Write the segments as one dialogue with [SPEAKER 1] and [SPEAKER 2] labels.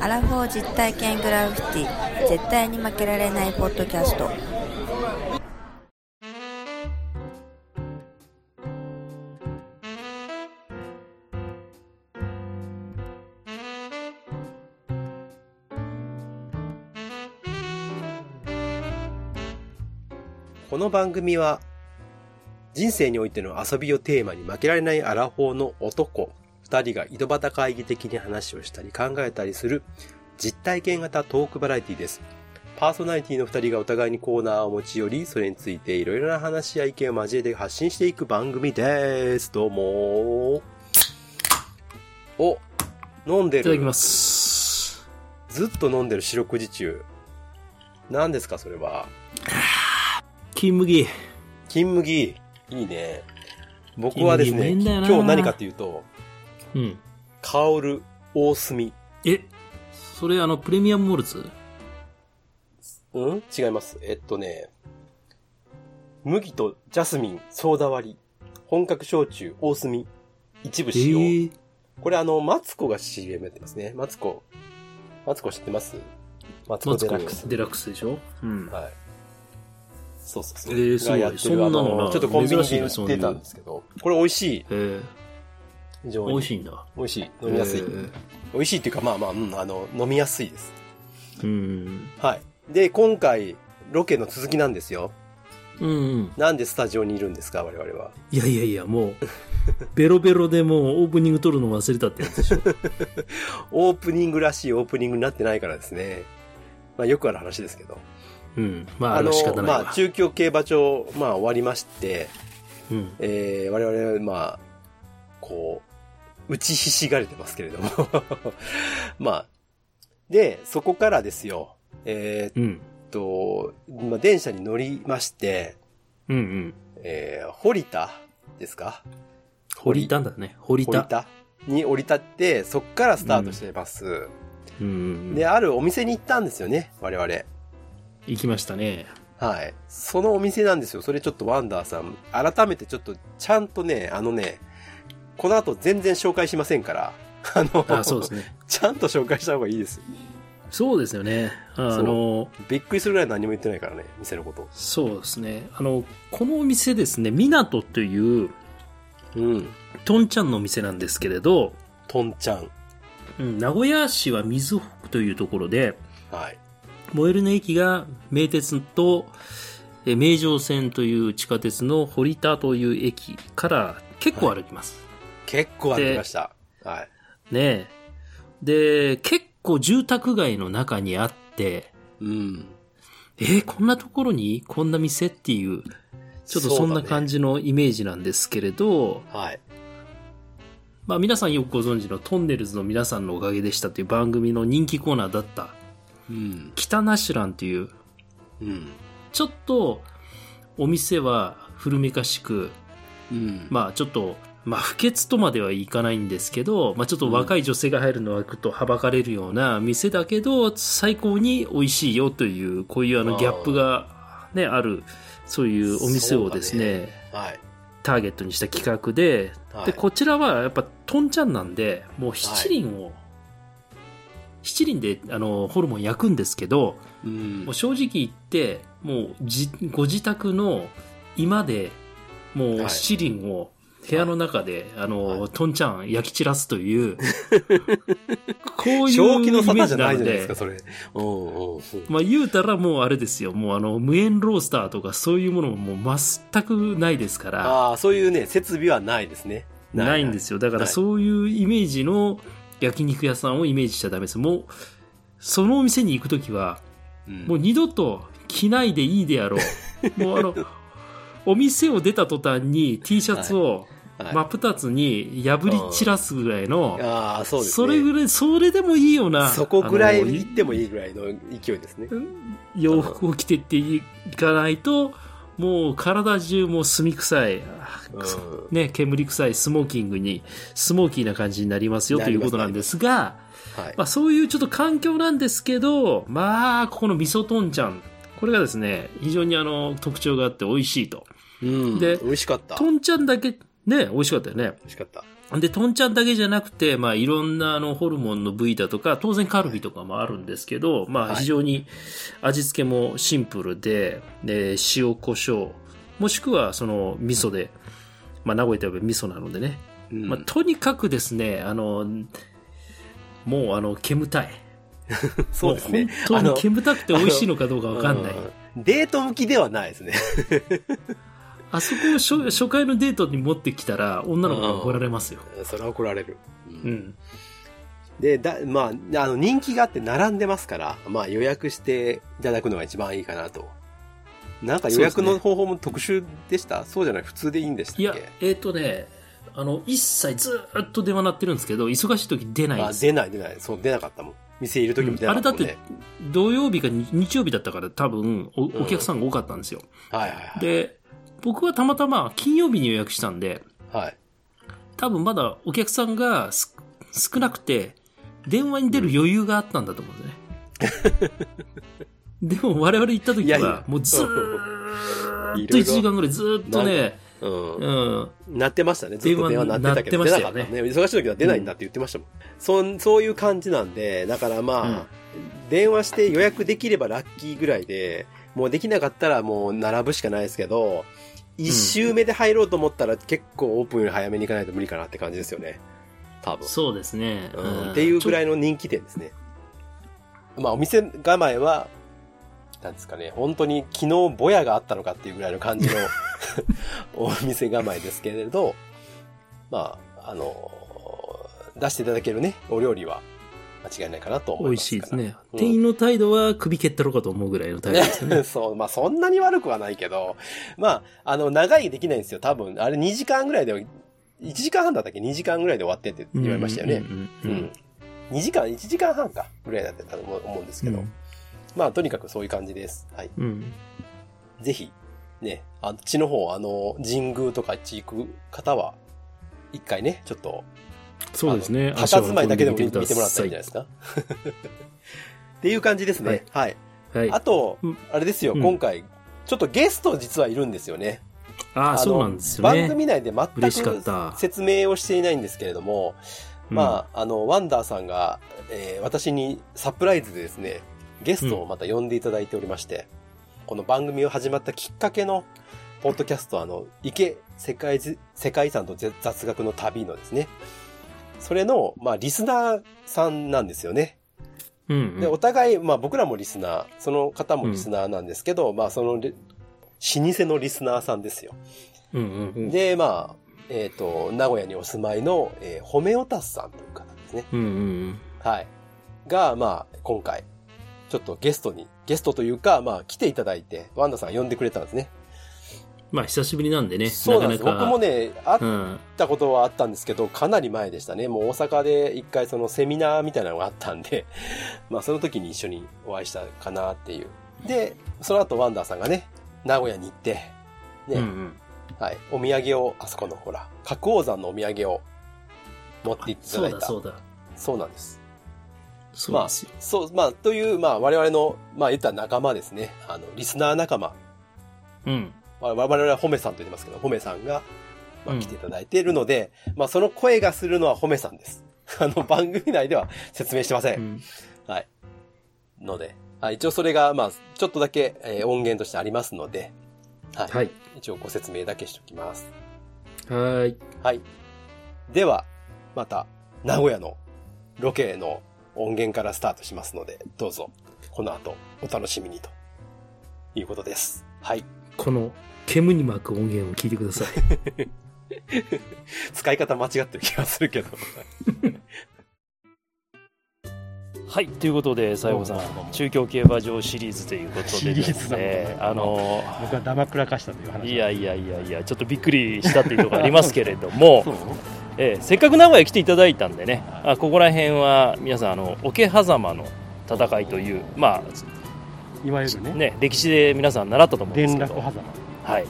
[SPEAKER 1] ヤッホー実体験グラフィティ絶対に負けられないポッドキャスト
[SPEAKER 2] この番組は人生においての遊びをテーマに負けられないアラフォーの男二人が井戸端会議的に話をしたり考えたりする実体験型トークバラエティです。パーソナリティの二人がお互いにコーナーを持ち寄り、それについていろいろな話や意見を交えて発信していく番組です。どうもーお、飲んで
[SPEAKER 3] いただ
[SPEAKER 2] る
[SPEAKER 3] き。ます。
[SPEAKER 2] ずっと飲んでる四六時中。何ですか、それは。
[SPEAKER 3] 金麦。
[SPEAKER 2] 金麦、いいね。僕はですね、
[SPEAKER 3] 金麦うめえんだよ
[SPEAKER 2] 今
[SPEAKER 3] な
[SPEAKER 2] 日何かというと、
[SPEAKER 3] うん。
[SPEAKER 2] 香る大炭。
[SPEAKER 3] え、それあの、プレミアムモルツ
[SPEAKER 2] うん違います。えっとね、麦とジャスミン、ソーダ割り、本格焼酎、大炭、一部
[SPEAKER 3] え
[SPEAKER 2] 使用。
[SPEAKER 3] ー、
[SPEAKER 2] これあの、マツコが CM やってますね。マツコ。マツコ知ってますマツコ
[SPEAKER 3] マツ
[SPEAKER 2] デ
[SPEAKER 3] コ
[SPEAKER 2] ラックス。
[SPEAKER 3] デラックスでしょうん。
[SPEAKER 2] はい。そうそうそう。
[SPEAKER 3] えーすごい
[SPEAKER 2] がやって
[SPEAKER 3] そん
[SPEAKER 2] る
[SPEAKER 3] な
[SPEAKER 2] あ
[SPEAKER 3] のな
[SPEAKER 2] の、ちょっとコンビニ
[SPEAKER 3] 珍しい
[SPEAKER 2] で売
[SPEAKER 3] ね
[SPEAKER 2] っ
[SPEAKER 3] そういう
[SPEAKER 2] てたんですけど、これ美味しい。
[SPEAKER 3] えー、
[SPEAKER 2] 非常に。
[SPEAKER 3] 美味しいんだ。
[SPEAKER 2] 美味しい。飲みやすい。
[SPEAKER 3] えー
[SPEAKER 2] 美味しいっていうか、まあまあ、うん、あの、飲みやすいです。
[SPEAKER 3] うん。
[SPEAKER 2] はい。で、今回、ロケの続きなんですよ。
[SPEAKER 3] うんうん。
[SPEAKER 2] なんでスタジオにいるんですか、我々は。
[SPEAKER 3] いやいやいや、もう、 ベロベロでもうオープニング撮るの忘れたってやつでしょ。
[SPEAKER 2] オープニングらしいオープニングになってないからですね。まあ、よくある話ですけど。
[SPEAKER 3] うん。まあ、あれは仕方ないわ。
[SPEAKER 2] まあ、中京競馬場、まあ、終わりまして、
[SPEAKER 3] うん。
[SPEAKER 2] えー、我々は、まあ、こう、打ちひしがれてますけれども。 まあ、で、そこからですよ、えー
[SPEAKER 3] うん。
[SPEAKER 2] っと、まあ、電車に乗りまして、
[SPEAKER 3] うんうん。
[SPEAKER 2] えー、堀田ですか
[SPEAKER 3] 堀田だね。堀田。
[SPEAKER 2] 堀田に降り立って、そっからスタートしてます。
[SPEAKER 3] うんうんうん
[SPEAKER 2] で、。あるお店に行ったんですよね、我々。
[SPEAKER 3] 行きましたね。
[SPEAKER 2] はい。そのお店なんですよ。それちょっとワンダーさん、改めてちょっと、ちゃんとね、あのね、この後全然紹介しませんから、 あの、
[SPEAKER 3] あ、そうです ね。
[SPEAKER 2] ちゃんと紹介した方がいいですよ。
[SPEAKER 3] そうですよね。あ
[SPEAKER 2] そう
[SPEAKER 3] の、
[SPEAKER 2] びっくりするぐらい何も言ってないからね、店のこと。
[SPEAKER 3] そうですね。あの、このお店ですね、港という、
[SPEAKER 2] うん。
[SPEAKER 3] とんちゃんのお店なんですけれど、
[SPEAKER 2] とんちゃん。
[SPEAKER 3] うん名古屋市は水北というところで、
[SPEAKER 2] はい。
[SPEAKER 3] 燃えるの駅が名鉄とえ名城線という地下鉄の堀田という駅から結構歩きます。
[SPEAKER 2] 結構歩きました。はい。
[SPEAKER 3] ねえ。で、結構住宅街の中にあって、
[SPEAKER 2] うん。
[SPEAKER 3] えーこんなところにこんな店っていう、ちょっとそんな感
[SPEAKER 2] じ。
[SPEAKER 3] じのイメージなんですけれど、
[SPEAKER 2] はい。
[SPEAKER 3] まあ皆さんよくご存知のトンネルズの皆さんのおかげでしたという番組の人気コーナーだった、
[SPEAKER 2] うん。
[SPEAKER 3] 北ナシュランという、
[SPEAKER 2] うん。
[SPEAKER 3] ちょっとお店は古めかしく、
[SPEAKER 2] うん。
[SPEAKER 3] まあちょっと、まあ不潔とまではいかないんですけど、まあちょっと若い女性が入るのはちょっとはばかれるような店だけど、最高に美味しいよという、こういうあ
[SPEAKER 2] あ
[SPEAKER 3] の
[SPEAKER 2] ー
[SPEAKER 3] ギャップがね、ある、そういうお店をです
[SPEAKER 2] そう
[SPEAKER 3] ね、
[SPEAKER 2] はい。
[SPEAKER 3] ターゲットにした企画で、
[SPEAKER 2] はい
[SPEAKER 3] で、こちらはやっぱトンちゃんなんで、もう七輪を、七輪であのホルモン焼くんですけど、
[SPEAKER 2] うん
[SPEAKER 3] もう正直言って、もうじご自宅の居間で、も
[SPEAKER 2] は
[SPEAKER 3] う
[SPEAKER 2] い
[SPEAKER 3] 七輪を部屋の中で、あの、
[SPEAKER 2] はい
[SPEAKER 3] トンちゃん焼き散らす という、こういう
[SPEAKER 2] 正気の
[SPEAKER 3] イ
[SPEAKER 2] 沙
[SPEAKER 3] メー
[SPEAKER 2] 汰じ
[SPEAKER 3] ジ
[SPEAKER 2] ゃな
[SPEAKER 3] ないの
[SPEAKER 2] じゃないですか、
[SPEAKER 3] で、
[SPEAKER 2] それ。うんうんうん。
[SPEAKER 3] まあ言うたらもうあれですよ、もうあの無縁ロースターとかそういうものももう全くないですから、
[SPEAKER 2] ああ、そういうね、設備はないですね。
[SPEAKER 3] ないんですよ。だか
[SPEAKER 2] な
[SPEAKER 3] ら
[SPEAKER 2] い
[SPEAKER 3] そういうイメージの焼肉屋さんをイメージしちゃダメです。もう、そのお店に行くときは、
[SPEAKER 2] よ。
[SPEAKER 3] もう二度と着ないでいいであろ う。もうあの、お店を出た途端に T シャツを
[SPEAKER 2] はい
[SPEAKER 3] 真っ二つに破り散らすぐらいの、
[SPEAKER 2] ああ、そうですね。
[SPEAKER 3] それぐらい、それでもいいような、
[SPEAKER 2] そこぐらい
[SPEAKER 3] あの
[SPEAKER 2] 行ってもいいぐらいの勢いですね。
[SPEAKER 3] 洋服を着てっていかないと、もう体中もう炭臭い、あ
[SPEAKER 2] うん
[SPEAKER 3] ね、煙臭いスモーキングに、スモーキーな感じになりますよ
[SPEAKER 2] な
[SPEAKER 3] と
[SPEAKER 2] り
[SPEAKER 3] い
[SPEAKER 2] ま
[SPEAKER 3] う
[SPEAKER 2] す
[SPEAKER 3] ことなんですが、
[SPEAKER 2] はい。
[SPEAKER 3] まあそういうちょっと環境なんですけど、まあ、ここの味噌とんちゃん、これがですね、非常にあの、特徴があって美味しいと。
[SPEAKER 2] うん
[SPEAKER 3] で
[SPEAKER 2] 美味しかった。
[SPEAKER 3] と
[SPEAKER 2] 美
[SPEAKER 3] んちゃんだけ、ね、美味しかったよね。
[SPEAKER 2] 味しかった。
[SPEAKER 4] で、トンちゃんだけじゃなくて、まあ、いろんなあのホルモンの部位だとか、当然カルビとかもあるんですけど、ま
[SPEAKER 2] は
[SPEAKER 4] あ、
[SPEAKER 2] い
[SPEAKER 4] 非常に味付けもシンプルで、で塩、胡椒、もしくはその味噌で、まあ、名古屋といえば味噌なのでね、
[SPEAKER 2] うん
[SPEAKER 4] まあ、とにかくですね、あの、もうあの、煙たい。
[SPEAKER 2] そうですね。
[SPEAKER 4] もう
[SPEAKER 2] あ
[SPEAKER 4] 本当
[SPEAKER 2] の
[SPEAKER 4] に煙たくて美味しいのかどうかわかんない。
[SPEAKER 2] うんデート向きではないですね。
[SPEAKER 4] あそこを初初回のデートに持ってきたら、女の子が怒られますよ。
[SPEAKER 2] それは怒られる。
[SPEAKER 4] うん。
[SPEAKER 2] で、だ、まあ、あの、人気があって並んでますから、まあ予約していただくのが一番いいかなと。なんか予約の方法も特殊でしたそう,、じゃない普通でいいんでしたっ
[SPEAKER 4] い
[SPEAKER 2] け
[SPEAKER 4] や、えっ、とね、あの、一切ずーっと電話鳴ってるんですけど、忙しい時出ないん
[SPEAKER 2] あ、
[SPEAKER 4] ですよ
[SPEAKER 2] 出ない出ない。そう、出なかったもん。店いる時も出
[SPEAKER 4] あ
[SPEAKER 2] なか
[SPEAKER 4] れ
[SPEAKER 2] っ
[SPEAKER 4] だ
[SPEAKER 2] た
[SPEAKER 4] っ
[SPEAKER 2] もん、ね
[SPEAKER 4] て、土曜日か日日曜日だったから多分お、お客さんが多かったんですよ。
[SPEAKER 2] はいはいはい。
[SPEAKER 4] で、僕はたまたま金曜日に予約したんで、
[SPEAKER 2] はい。
[SPEAKER 4] 多分まだお客さんがす少なくて、電話に出る余裕があったんだと思うん ですね。でも我々行った
[SPEAKER 2] い
[SPEAKER 4] 時
[SPEAKER 2] やいや
[SPEAKER 4] は、もうずーっと1時間ぐらいずーっ
[SPEAKER 2] い
[SPEAKER 4] と
[SPEAKER 2] ろ
[SPEAKER 4] ね、
[SPEAKER 2] うん。
[SPEAKER 4] うん、
[SPEAKER 2] なってましたね。ずっと電話なってたけど、
[SPEAKER 4] 電
[SPEAKER 2] 出
[SPEAKER 4] 話
[SPEAKER 2] な
[SPEAKER 4] に
[SPEAKER 2] か
[SPEAKER 4] な
[SPEAKER 2] っ
[SPEAKER 4] ったて
[SPEAKER 2] ね
[SPEAKER 4] ました
[SPEAKER 2] 忙しい時は出ないんだって言ってましたもん。そんそういう感じなんで、だからまあ、電話して予約できればラッキーぐらいで、もうできなかったらもう並ぶしかないですけど、一周目で入ろうと思ったら結構オープンより早めに行かないと無理かなって感じですよね。多分。
[SPEAKER 4] そうですね。
[SPEAKER 2] うん、っていうぐら
[SPEAKER 4] い。
[SPEAKER 2] いの人気店ですね。まあお店構えは、なんですかね、本当に昨日ぼやがあったのかっていうぐらいの 感じのお店構えですけれど、まあ、あの、出していただけるね、お料理は間違いないかなと
[SPEAKER 4] 美
[SPEAKER 2] 思いま
[SPEAKER 4] 味し
[SPEAKER 2] す
[SPEAKER 4] い
[SPEAKER 2] か
[SPEAKER 4] で
[SPEAKER 2] ら。
[SPEAKER 4] すね。
[SPEAKER 2] うん
[SPEAKER 4] 店員の態度は首蹴ったろかと思うぐらいの態度ですよね。
[SPEAKER 2] ねそう、まあそんなに悪くはないけど、まあ、あの、長いできないんですよ、多分。あれ2時間ぐらいで、1時間半だったっけ ?2 時間ぐらいで終わってって 言われましたよね。
[SPEAKER 4] うん
[SPEAKER 2] う
[SPEAKER 4] う
[SPEAKER 2] ん
[SPEAKER 4] うん
[SPEAKER 2] ん、2時間、1時間半か、ぐらいだったと思うんですけど、まあ、とにかくそういう感じです。はい。
[SPEAKER 4] うんうん
[SPEAKER 2] ぜひ、ね、あっちの方、あの、神宮とかあっち行く方は、一回ね、ちょっと、
[SPEAKER 4] そうですね。
[SPEAKER 2] あの佇まいだけでも見
[SPEAKER 4] 足を運
[SPEAKER 2] 見
[SPEAKER 4] ん
[SPEAKER 2] てもらったらいいんじゃないですか。 っていう感じですね。はい。
[SPEAKER 4] ください。は
[SPEAKER 2] あ
[SPEAKER 4] い。
[SPEAKER 2] と
[SPEAKER 4] うん、
[SPEAKER 2] あれですよ、
[SPEAKER 4] うん
[SPEAKER 2] 今回、ちょっとゲスト実はいるんですよね。
[SPEAKER 4] あ
[SPEAKER 2] あ
[SPEAKER 4] あ、
[SPEAKER 2] の
[SPEAKER 4] そうなんですよ
[SPEAKER 2] 番組
[SPEAKER 4] ね。
[SPEAKER 2] 内で全
[SPEAKER 4] 嬉しかっ
[SPEAKER 2] く
[SPEAKER 4] た。
[SPEAKER 2] 説明をしていないんですけれども、
[SPEAKER 4] あ、
[SPEAKER 2] まあ、あの、ワンダーさんが、えー私にサプライズでですね、ゲストをまた呼んでいただいておりまして、この番組を始まったきっかけの、ポッドキャスト、あの、池世界じ、世界遺産とぜ雑学の旅のですね、それの、まあ、リスナーさんなんですよね。
[SPEAKER 4] うんうん
[SPEAKER 2] で、お互い、まあ、僕らもリスナー、その方もリスナーなんですけど、まあ、その、れ老舗のリスナーさんですよ。
[SPEAKER 4] うんうんうん
[SPEAKER 2] で、まあ、えっ、と、名古屋にお住まいの、えー、ホメオタスさんという方ですね。
[SPEAKER 4] うんうん
[SPEAKER 2] はい。が、まあ、今回、ちょっとゲストに、ゲストというか、まあ、来ていただいて、ワンダさんが呼んでくれたんですね。
[SPEAKER 4] まあ、久しぶりなんでね。
[SPEAKER 2] そうなんです。
[SPEAKER 4] かなか
[SPEAKER 2] 僕もね、会っ
[SPEAKER 4] うん。
[SPEAKER 2] たことはあったんですけど、かなり前でしたね。もう大阪で一回そのセミナーみたいなのがあったんで、 まあ、その時に一緒にお会いしたかなっていう。で、その後ワンダーさんがね、名古屋に行って、ね、
[SPEAKER 4] うんうん
[SPEAKER 2] はい、お土産を、あそこのほら、角王山のお土産を持って行っていた
[SPEAKER 4] そ
[SPEAKER 2] だいうた。
[SPEAKER 4] だ、そうだ。
[SPEAKER 2] そうなんです。
[SPEAKER 4] そうですよ。
[SPEAKER 2] そう、まあ、という、まあ、我々の、まあ、言ったら仲間ですね。あの、リスナー仲間。
[SPEAKER 4] うん。
[SPEAKER 2] まあ我々はホメさんと言ってますけど、ホメさんが、まあ、
[SPEAKER 4] うん
[SPEAKER 2] 来ていただいているので、まあ、その声がするのはホメさんです。 あの、番組内では 説明してませ。
[SPEAKER 4] うんん
[SPEAKER 2] はい。ので、はい、一応それが、まあ、ちょっとだけ、えー音源としてありますので、はい。
[SPEAKER 4] はい。
[SPEAKER 2] 一応ご説明だけしておきます。
[SPEAKER 4] はい。
[SPEAKER 2] はい。では、また、名古屋のロケの音源からスタートしますので、どうぞ、この後、お楽しみにと、いうことです。はい。
[SPEAKER 4] この、煙に巻く音源を聞いてください。
[SPEAKER 2] 使い方間違ってる気がするけど。
[SPEAKER 3] はい、ということで、西郷さ
[SPEAKER 2] どうもどうも
[SPEAKER 3] ん、中京競馬場シリーズということでで
[SPEAKER 2] シリーズ
[SPEAKER 3] す
[SPEAKER 2] だもん
[SPEAKER 3] ね
[SPEAKER 2] ね、
[SPEAKER 3] あの、
[SPEAKER 2] 僕は黙くらかしたという話
[SPEAKER 3] いやいやいやいや、ちょっとびっくりしたっていうところありますけれど も、
[SPEAKER 2] う
[SPEAKER 3] ええせっかく名古屋来ていただいたんでね、あここら辺は皆さん、あの桶狭間の戦いという、ま
[SPEAKER 2] いわゆ
[SPEAKER 3] あ
[SPEAKER 2] る、
[SPEAKER 3] ね、歴史で皆さん習ったと思うんですけど、
[SPEAKER 2] 間。
[SPEAKER 3] はい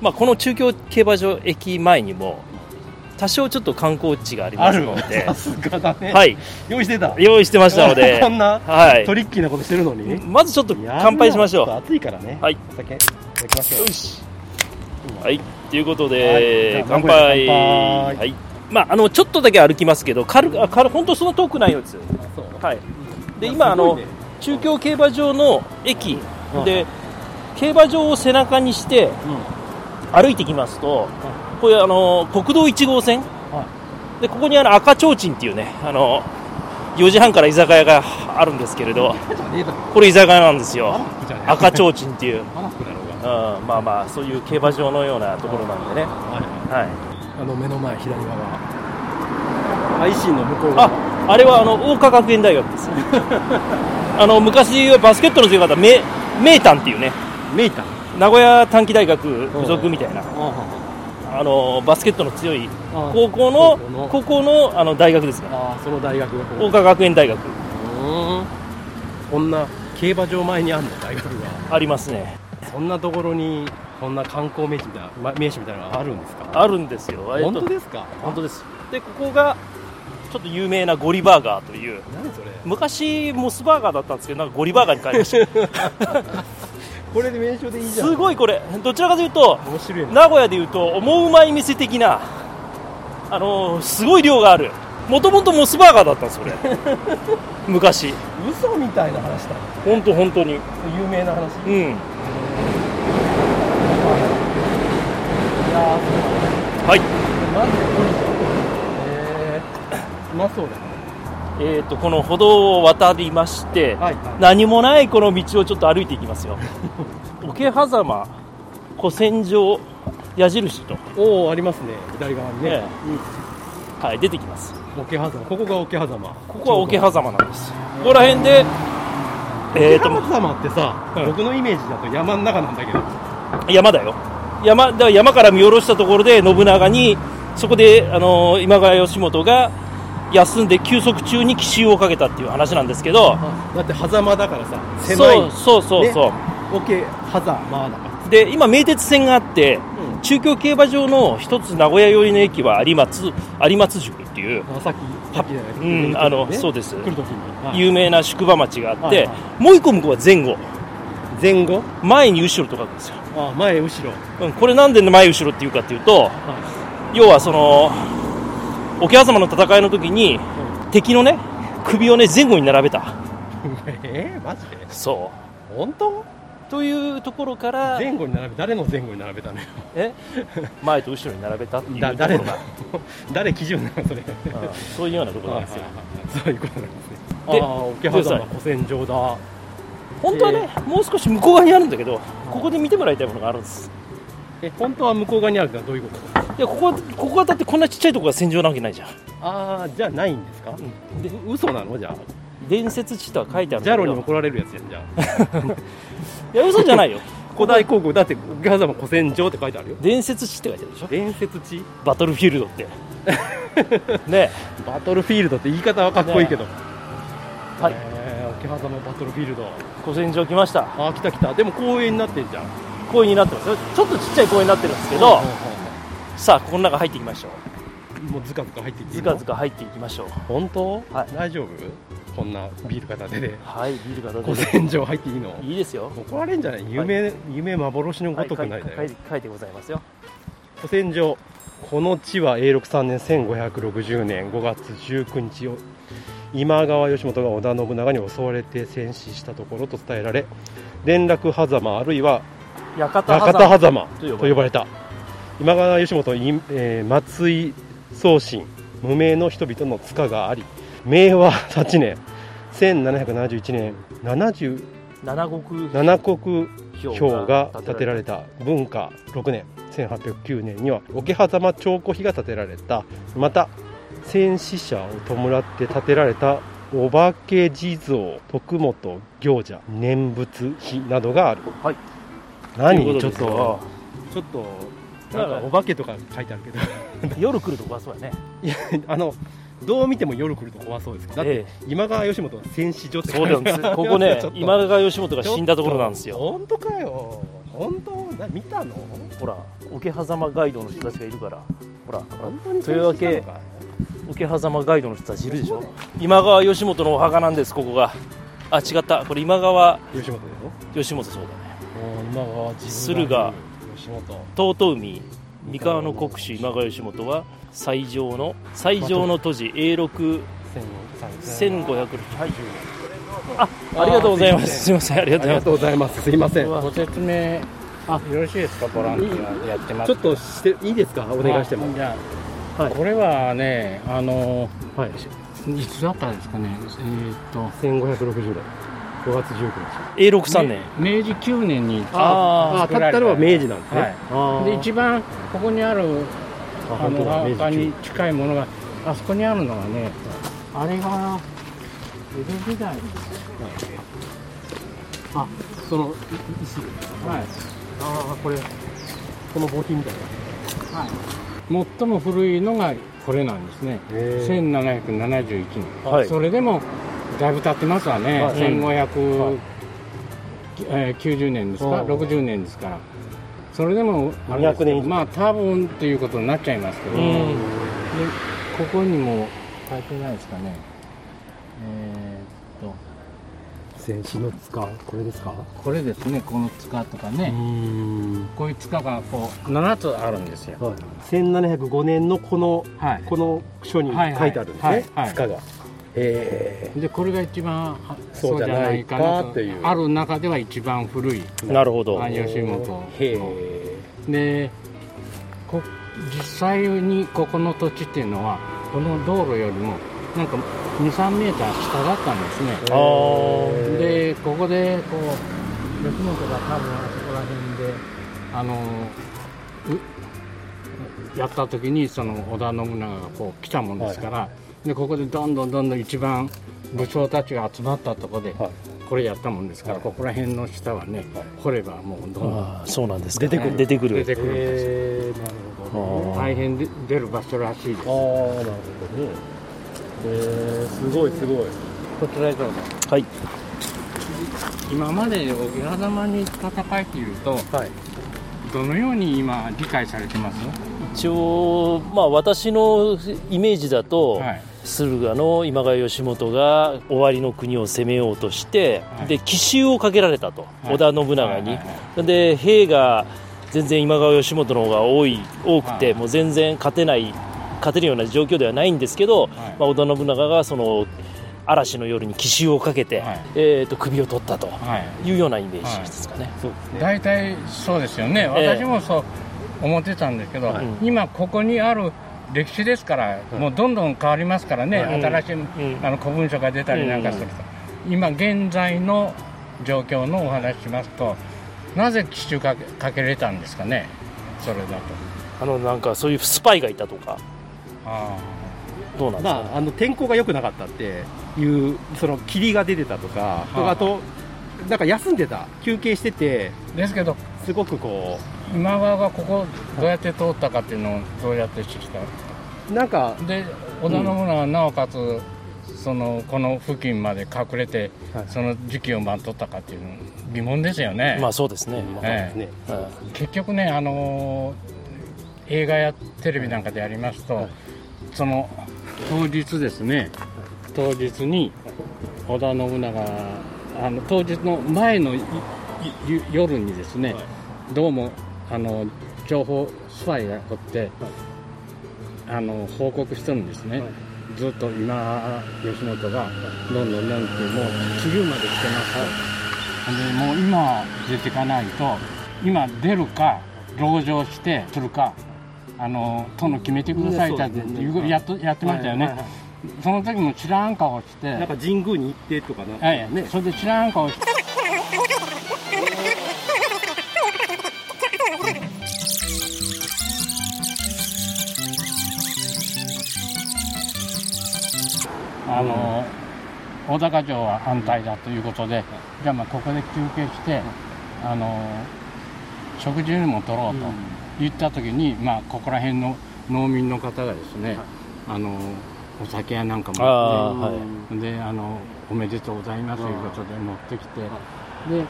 [SPEAKER 3] まあ、この中京競馬場駅前にも、多少ちょっと観光地がありますので、
[SPEAKER 2] すがだね
[SPEAKER 3] はい、
[SPEAKER 2] 用意してた
[SPEAKER 3] 用意してましたの で、
[SPEAKER 2] んな
[SPEAKER 3] はい、
[SPEAKER 2] リッキーなことしてるの
[SPEAKER 3] まずちょっと乾杯しましょう。
[SPEAKER 2] 暑いからね
[SPEAKER 3] はい。
[SPEAKER 2] お酒、いただきまし
[SPEAKER 3] よしはいということ
[SPEAKER 2] は
[SPEAKER 3] で、
[SPEAKER 2] いじゃあ
[SPEAKER 3] 乾杯
[SPEAKER 2] 乾杯
[SPEAKER 3] はいまあ、あのちょっとだけ歩きますけど軽くあ軽本当そんな遠くないようです、はい、で今あの、中京競馬場の駅
[SPEAKER 4] うん
[SPEAKER 3] で競馬場を背中にして歩いてきますと、こういうあの国道1号線、
[SPEAKER 4] は
[SPEAKER 3] でここにあの赤ちょうちんっていうねあの4時半から居酒屋があるんですけれどこれ居酒屋なんですよ赤ちょうちんっていう、うん、まあまあそういう競馬場のようなところなんでね、はい、
[SPEAKER 5] あの目の前左側アイシーの向こう
[SPEAKER 3] ああれはあの桜花学園大学 ですねあの昔はバスケットの強かったメメータンっていうね
[SPEAKER 5] メイタン
[SPEAKER 3] 名古屋短期大学附属みたいな
[SPEAKER 5] あ
[SPEAKER 3] あのバスケットの強い
[SPEAKER 5] あ
[SPEAKER 3] 高校の
[SPEAKER 5] 高校の
[SPEAKER 3] 高校のあの大学ですね
[SPEAKER 5] あその大学が
[SPEAKER 3] 桜花学園大学
[SPEAKER 5] こんな競馬場前にあるの大学が
[SPEAKER 3] ありますね
[SPEAKER 5] そんなところにこんな観光名所みたいなま名所みたいなのがあるんですか
[SPEAKER 3] あるんですよえっと
[SPEAKER 5] 本当ですか
[SPEAKER 3] 本当ですでここがちょっと有名なゴリバーガーという
[SPEAKER 5] 何それ
[SPEAKER 3] 昔モスバーガーだったんですけどなんかゴリバーガーに変わりました
[SPEAKER 5] これで名所 でいいじゃん
[SPEAKER 3] すごいこれどちらかというと
[SPEAKER 5] 面白いな
[SPEAKER 3] 名古屋でいうと思うまい店的なあのーすごい量があるもともとモスバーガーだったんです これ昔
[SPEAKER 5] 嘘みたいな話だ
[SPEAKER 3] 本当本当に
[SPEAKER 5] 有名な話
[SPEAKER 3] うんはい
[SPEAKER 5] マジでへえうまそうだね
[SPEAKER 3] えー、とこの歩道を渡りまして、
[SPEAKER 5] はいはい
[SPEAKER 3] 何もないこの道をちょっと歩いていき ますよ桶狭間古戦場矢印と、
[SPEAKER 5] おおありますね左側にね、
[SPEAKER 3] ええはい、出てきます
[SPEAKER 5] 桶狭間ここが桶狭間
[SPEAKER 3] ここは桶狭間なんですここら辺でえー、と
[SPEAKER 5] 桶狭間ってさ、
[SPEAKER 3] うん
[SPEAKER 5] 僕のイメージだと山の中なんだけど
[SPEAKER 3] 山だよ山だから山から見下ろしたところで信長にそこで、あのー今川義元が休んで休息中に奇襲をかけたっていう話なんですけど
[SPEAKER 5] だって狭間だからさ狭い
[SPEAKER 3] そうそうそうそう、
[SPEAKER 5] 桶狭間だから
[SPEAKER 3] で今名鉄線があって
[SPEAKER 5] う
[SPEAKER 3] 中京競馬場の一つ名古屋寄りの駅は有松有松宿っていう、
[SPEAKER 5] あさっきさっきじゃない
[SPEAKER 3] うん、あのそう
[SPEAKER 5] で
[SPEAKER 3] です
[SPEAKER 5] 来る時に、はい
[SPEAKER 3] 有名な宿場町があって、
[SPEAKER 5] はいは
[SPEAKER 3] もう一個向こうは前後
[SPEAKER 5] 前後
[SPEAKER 3] 前に後ろと書くんですよ、
[SPEAKER 5] あ前後ろ、
[SPEAKER 3] うん、これなんで前後ろっていうかっていうと
[SPEAKER 5] は
[SPEAKER 3] 要はその桶狭間の戦いの時に敵のね首をね前後に並べた
[SPEAKER 5] い、えー、マジで
[SPEAKER 3] そ
[SPEAKER 5] 本当
[SPEAKER 3] うというところから
[SPEAKER 5] 前後に並べ誰の前後に並べたのよ
[SPEAKER 3] え 前と後ろに並べたっていうとこ
[SPEAKER 5] だ
[SPEAKER 3] ろ
[SPEAKER 5] 誰の
[SPEAKER 3] が、
[SPEAKER 5] 誰基準なのそれ
[SPEAKER 3] うんそういうようなところなんですよ
[SPEAKER 5] そういうことなんですね
[SPEAKER 3] で
[SPEAKER 5] ああ桶狭間古戦場だ
[SPEAKER 3] 本当はね、もう少し向こう側にあるんだけどここで見てもらいたいものがあるんです
[SPEAKER 5] え本当は向こう側にあるのはどういうこと
[SPEAKER 3] いやここはここはだってこんなちっちゃいとこが戦場なわけないじゃん
[SPEAKER 5] ああじゃあないんですか、で嘘なのじゃあ
[SPEAKER 3] 伝説地とは書いてあるん
[SPEAKER 5] ジ
[SPEAKER 3] だ
[SPEAKER 5] ャ
[SPEAKER 3] けど
[SPEAKER 5] ロに怒られるやつやんじゃん
[SPEAKER 3] いや嘘じゃないよ
[SPEAKER 5] 古代航空だって桶狭間古戦場って書いてあるよ
[SPEAKER 3] 伝説地って書いてあるでしょ
[SPEAKER 5] 伝説地
[SPEAKER 3] バトルフィールドって ね
[SPEAKER 5] バトルフィールドって言い方はかっこいいけど、
[SPEAKER 3] はい
[SPEAKER 5] えー、桶狭間バトルフィールド
[SPEAKER 3] 古戦場来ました
[SPEAKER 5] あー来た来たでも公園になってんじゃん
[SPEAKER 3] 公園になってますよちょっとちっちゃい公園になってるんですけどさあこの中入っていきましょう
[SPEAKER 5] もうずかずか入っていってい
[SPEAKER 3] ず
[SPEAKER 5] い
[SPEAKER 3] か
[SPEAKER 5] の
[SPEAKER 3] ずか入っていきましょう
[SPEAKER 5] 本当、
[SPEAKER 3] はい
[SPEAKER 5] 大丈夫こんなビール片手で
[SPEAKER 3] はいビールが
[SPEAKER 5] 古
[SPEAKER 3] 出て
[SPEAKER 5] 戦場入っていいの
[SPEAKER 3] いいですよ
[SPEAKER 5] 怒られんじゃない夢、夢幻のご
[SPEAKER 3] はい
[SPEAKER 5] と
[SPEAKER 3] 書
[SPEAKER 5] く
[SPEAKER 3] い
[SPEAKER 5] ないだよ、
[SPEAKER 3] 書い書いてございますよ
[SPEAKER 5] 古戦場この地は永禄3年1560年5月19日を今川義元が織田信長に襲われて戦死したところと伝えられ連絡狭間あるいは
[SPEAKER 3] 館
[SPEAKER 5] 中田狭間と
[SPEAKER 3] と呼ばれる
[SPEAKER 5] 呼ばれた今川義元い、えー松井宗信無名の人々の塚があり明和8年1771年
[SPEAKER 3] 七国
[SPEAKER 5] 77国
[SPEAKER 3] 標
[SPEAKER 5] 票が建てられた文化6年1809年には桶狭間彫庫碑が建てられたまた戦死者を弔って建てられたお化け地蔵徳本行者念仏碑などがある、
[SPEAKER 3] はい、というこ
[SPEAKER 5] 何ち
[SPEAKER 3] と
[SPEAKER 5] ょっ
[SPEAKER 3] ですよ
[SPEAKER 5] とちょっとなんかお化けとか書いてあるけど
[SPEAKER 3] 夜来るとこはそうやね
[SPEAKER 5] あのどう見ても夜来ると怖そうですけどだって
[SPEAKER 3] え
[SPEAKER 5] 今川義元は戦死所って
[SPEAKER 3] そうなんです ここね今川義元が死んだところなんですよ
[SPEAKER 5] 本当かよ本当な見たの
[SPEAKER 3] ほら桶狭間ガイドの人たちがいるからほら
[SPEAKER 5] 本当に
[SPEAKER 3] というわけ桶狭間ガイドの人たちいるでしょ今川義元のお墓なんですここがあ違ったこれ今川
[SPEAKER 5] 吉本だよ
[SPEAKER 3] 義元そうだね
[SPEAKER 5] 今は
[SPEAKER 3] 駿河
[SPEAKER 5] 吉本
[SPEAKER 3] 遠江三河の国主今川義元は最上の最上の都市 A6
[SPEAKER 5] 1500
[SPEAKER 3] 1500あありがとうございますすいませんありが
[SPEAKER 5] あ
[SPEAKER 3] と
[SPEAKER 5] り
[SPEAKER 3] うござい
[SPEAKER 5] が
[SPEAKER 3] ます
[SPEAKER 5] とうございますすいません
[SPEAKER 3] うわ
[SPEAKER 6] ご説明よ
[SPEAKER 5] あ
[SPEAKER 6] ろしいですかボランティアやってます
[SPEAKER 5] ちょっとしていいですかお願いしても
[SPEAKER 6] あじゃあ、
[SPEAKER 5] はい
[SPEAKER 6] これはねあの
[SPEAKER 5] はい
[SPEAKER 6] いつだったんですかねえーっと
[SPEAKER 5] 1560年5月19日
[SPEAKER 3] A63 年
[SPEAKER 6] 明治9年に
[SPEAKER 3] あ
[SPEAKER 5] あ
[SPEAKER 6] 作ら
[SPEAKER 5] たっ
[SPEAKER 6] れ
[SPEAKER 5] たのは明治なんですね、
[SPEAKER 6] はい
[SPEAKER 5] あー
[SPEAKER 6] で一番ここにある
[SPEAKER 5] あ
[SPEAKER 6] あ
[SPEAKER 5] 本当
[SPEAKER 6] の
[SPEAKER 5] だ明治
[SPEAKER 6] 他
[SPEAKER 5] 中
[SPEAKER 6] に近いものがあそこにあるのがねあれが江戸時代
[SPEAKER 5] あそのい石
[SPEAKER 6] はい
[SPEAKER 5] ああこれこの棒金みたいな
[SPEAKER 6] 最も古いのがこれなんですね
[SPEAKER 5] へ
[SPEAKER 6] 1771年
[SPEAKER 3] はい
[SPEAKER 6] それでもだいぶ経ってますわね、
[SPEAKER 5] はい
[SPEAKER 6] 1590、
[SPEAKER 5] はい
[SPEAKER 6] えー90年ですか、
[SPEAKER 5] うん
[SPEAKER 6] 60年ですから、それでもあれです
[SPEAKER 5] 200
[SPEAKER 6] けど
[SPEAKER 5] 年以上
[SPEAKER 6] まあ、多分ということになっちゃいますけど、
[SPEAKER 3] う
[SPEAKER 6] ね
[SPEAKER 3] ん
[SPEAKER 6] ここにも書いてないですかね、えーっ
[SPEAKER 5] 全身の塚これですか
[SPEAKER 6] と、これですね、この塚とか
[SPEAKER 5] うー
[SPEAKER 6] ね、
[SPEAKER 5] ん
[SPEAKER 6] こういう塚がこう7つあるんですよ。
[SPEAKER 5] はい1705年のこの
[SPEAKER 6] はい
[SPEAKER 5] この書に
[SPEAKER 6] はいはい
[SPEAKER 5] 書いてあるんです
[SPEAKER 6] はい
[SPEAKER 5] ね
[SPEAKER 6] はい
[SPEAKER 5] 塚がへ
[SPEAKER 6] でこれが一番あ
[SPEAKER 5] そうじゃないかな
[SPEAKER 6] そう
[SPEAKER 5] と
[SPEAKER 6] じゃ
[SPEAKER 5] いう
[SPEAKER 6] なある中では一番古い
[SPEAKER 3] なるほど
[SPEAKER 6] あ吉本
[SPEAKER 5] えへえ
[SPEAKER 6] でこ実際にここの土地っていうのはこの道路よりもなんか23メーター下だったんですね
[SPEAKER 3] あー
[SPEAKER 6] でここでこう吉本が多分あそこら辺であのうやった時にその織田信長がこう来たもんですから、でここでどんどんどんどん一番武将たちが集まったとこで、
[SPEAKER 5] はい
[SPEAKER 6] これやったもんですから、ここら辺の下はね、掘ればもうどんどん
[SPEAKER 3] あーそうなんですか
[SPEAKER 6] 出てくる
[SPEAKER 3] 出てく
[SPEAKER 6] 出
[SPEAKER 3] る
[SPEAKER 6] てくるんですよ
[SPEAKER 5] へえなるほどね
[SPEAKER 3] あー
[SPEAKER 6] 大変で出る場所らしいです
[SPEAKER 5] ああなるほどねへえすごいすごい
[SPEAKER 6] こちらへどうぞ
[SPEAKER 3] はい
[SPEAKER 6] 今まで桶狭間に戦いっていうと
[SPEAKER 5] はい
[SPEAKER 6] どのように今理解されてます
[SPEAKER 3] 一応まあ私のイメージだと、
[SPEAKER 6] はい
[SPEAKER 3] 駿河の今川義元が終わりの国を攻めようとして、
[SPEAKER 6] はい
[SPEAKER 3] で奇襲をかけられたと、
[SPEAKER 6] はい
[SPEAKER 3] 織田信長に、
[SPEAKER 6] はいはい
[SPEAKER 3] で兵が全然今川義元の方が多い多くて、
[SPEAKER 6] はい
[SPEAKER 3] もう全然勝てない勝てるような状況ではないんですけど、まあ、織田信長がその嵐の夜に奇襲をかけて、
[SPEAKER 6] はい
[SPEAKER 3] えー、と首を取ったと
[SPEAKER 6] はい
[SPEAKER 3] いうようなイメージですかね。
[SPEAKER 5] そうですね
[SPEAKER 6] 大体そうですよね
[SPEAKER 3] ええ
[SPEAKER 6] 私もそう思ってたんですけど、
[SPEAKER 3] い
[SPEAKER 6] 今ここにある歴史ですから、もうどんどん変わりますからね、
[SPEAKER 3] い
[SPEAKER 6] 新しい、
[SPEAKER 3] ん
[SPEAKER 6] あの古文書が出たりなんかすると、今現在の状況のお話しますとなぜ奇襲かけかけれたんですかねそれだと
[SPEAKER 3] あのなんかそういうスパイがいたとか
[SPEAKER 6] あ
[SPEAKER 3] どうなんですか、
[SPEAKER 5] まあ、あの天候が良くなかったっていう、その霧が出てたとか、
[SPEAKER 6] はあ
[SPEAKER 5] あと、なんか休んでた、休憩してて、
[SPEAKER 6] あですけど
[SPEAKER 5] すごくこ
[SPEAKER 6] 今川がここどうやって通ったかっていうのをどうやって知った
[SPEAKER 5] う、なんか、
[SPEAKER 6] で織田信長はなおかつ、そのこの付近まで隠れて、
[SPEAKER 5] はい
[SPEAKER 6] その時期を待っとったかっていうの疑問ですよね、
[SPEAKER 3] まあそうですね、
[SPEAKER 6] え
[SPEAKER 5] ね、
[SPEAKER 3] うん
[SPEAKER 6] 結局ねあのー映画やテレビなんかでやりますと、その当日ですね当日に織田信長あの当日の前のいいい夜にですね、どうもあの情報スパイがおって、あの報告してるんですね、ずっと今吉本がどんどんどんどんもう地球まで来てます、でもう今出ていかないと今出るか籠城してするかあの殿決めてくださいだっていうやっとやってましたよね、
[SPEAKER 5] はいはいは
[SPEAKER 6] その時も知らん顔して
[SPEAKER 5] いなんか神宮に行ってとかな、
[SPEAKER 6] はい、
[SPEAKER 5] ね、
[SPEAKER 6] それで知らん顔してあの、大高城は反対だということで、じゃあまあここで休憩して、あの食事にも取ろうと言った時に、まあここら辺の農民の方がですね、あのお酒やなんかも
[SPEAKER 3] ああ
[SPEAKER 6] って
[SPEAKER 3] はい
[SPEAKER 6] であのおめでとうございますということで持ってきて、で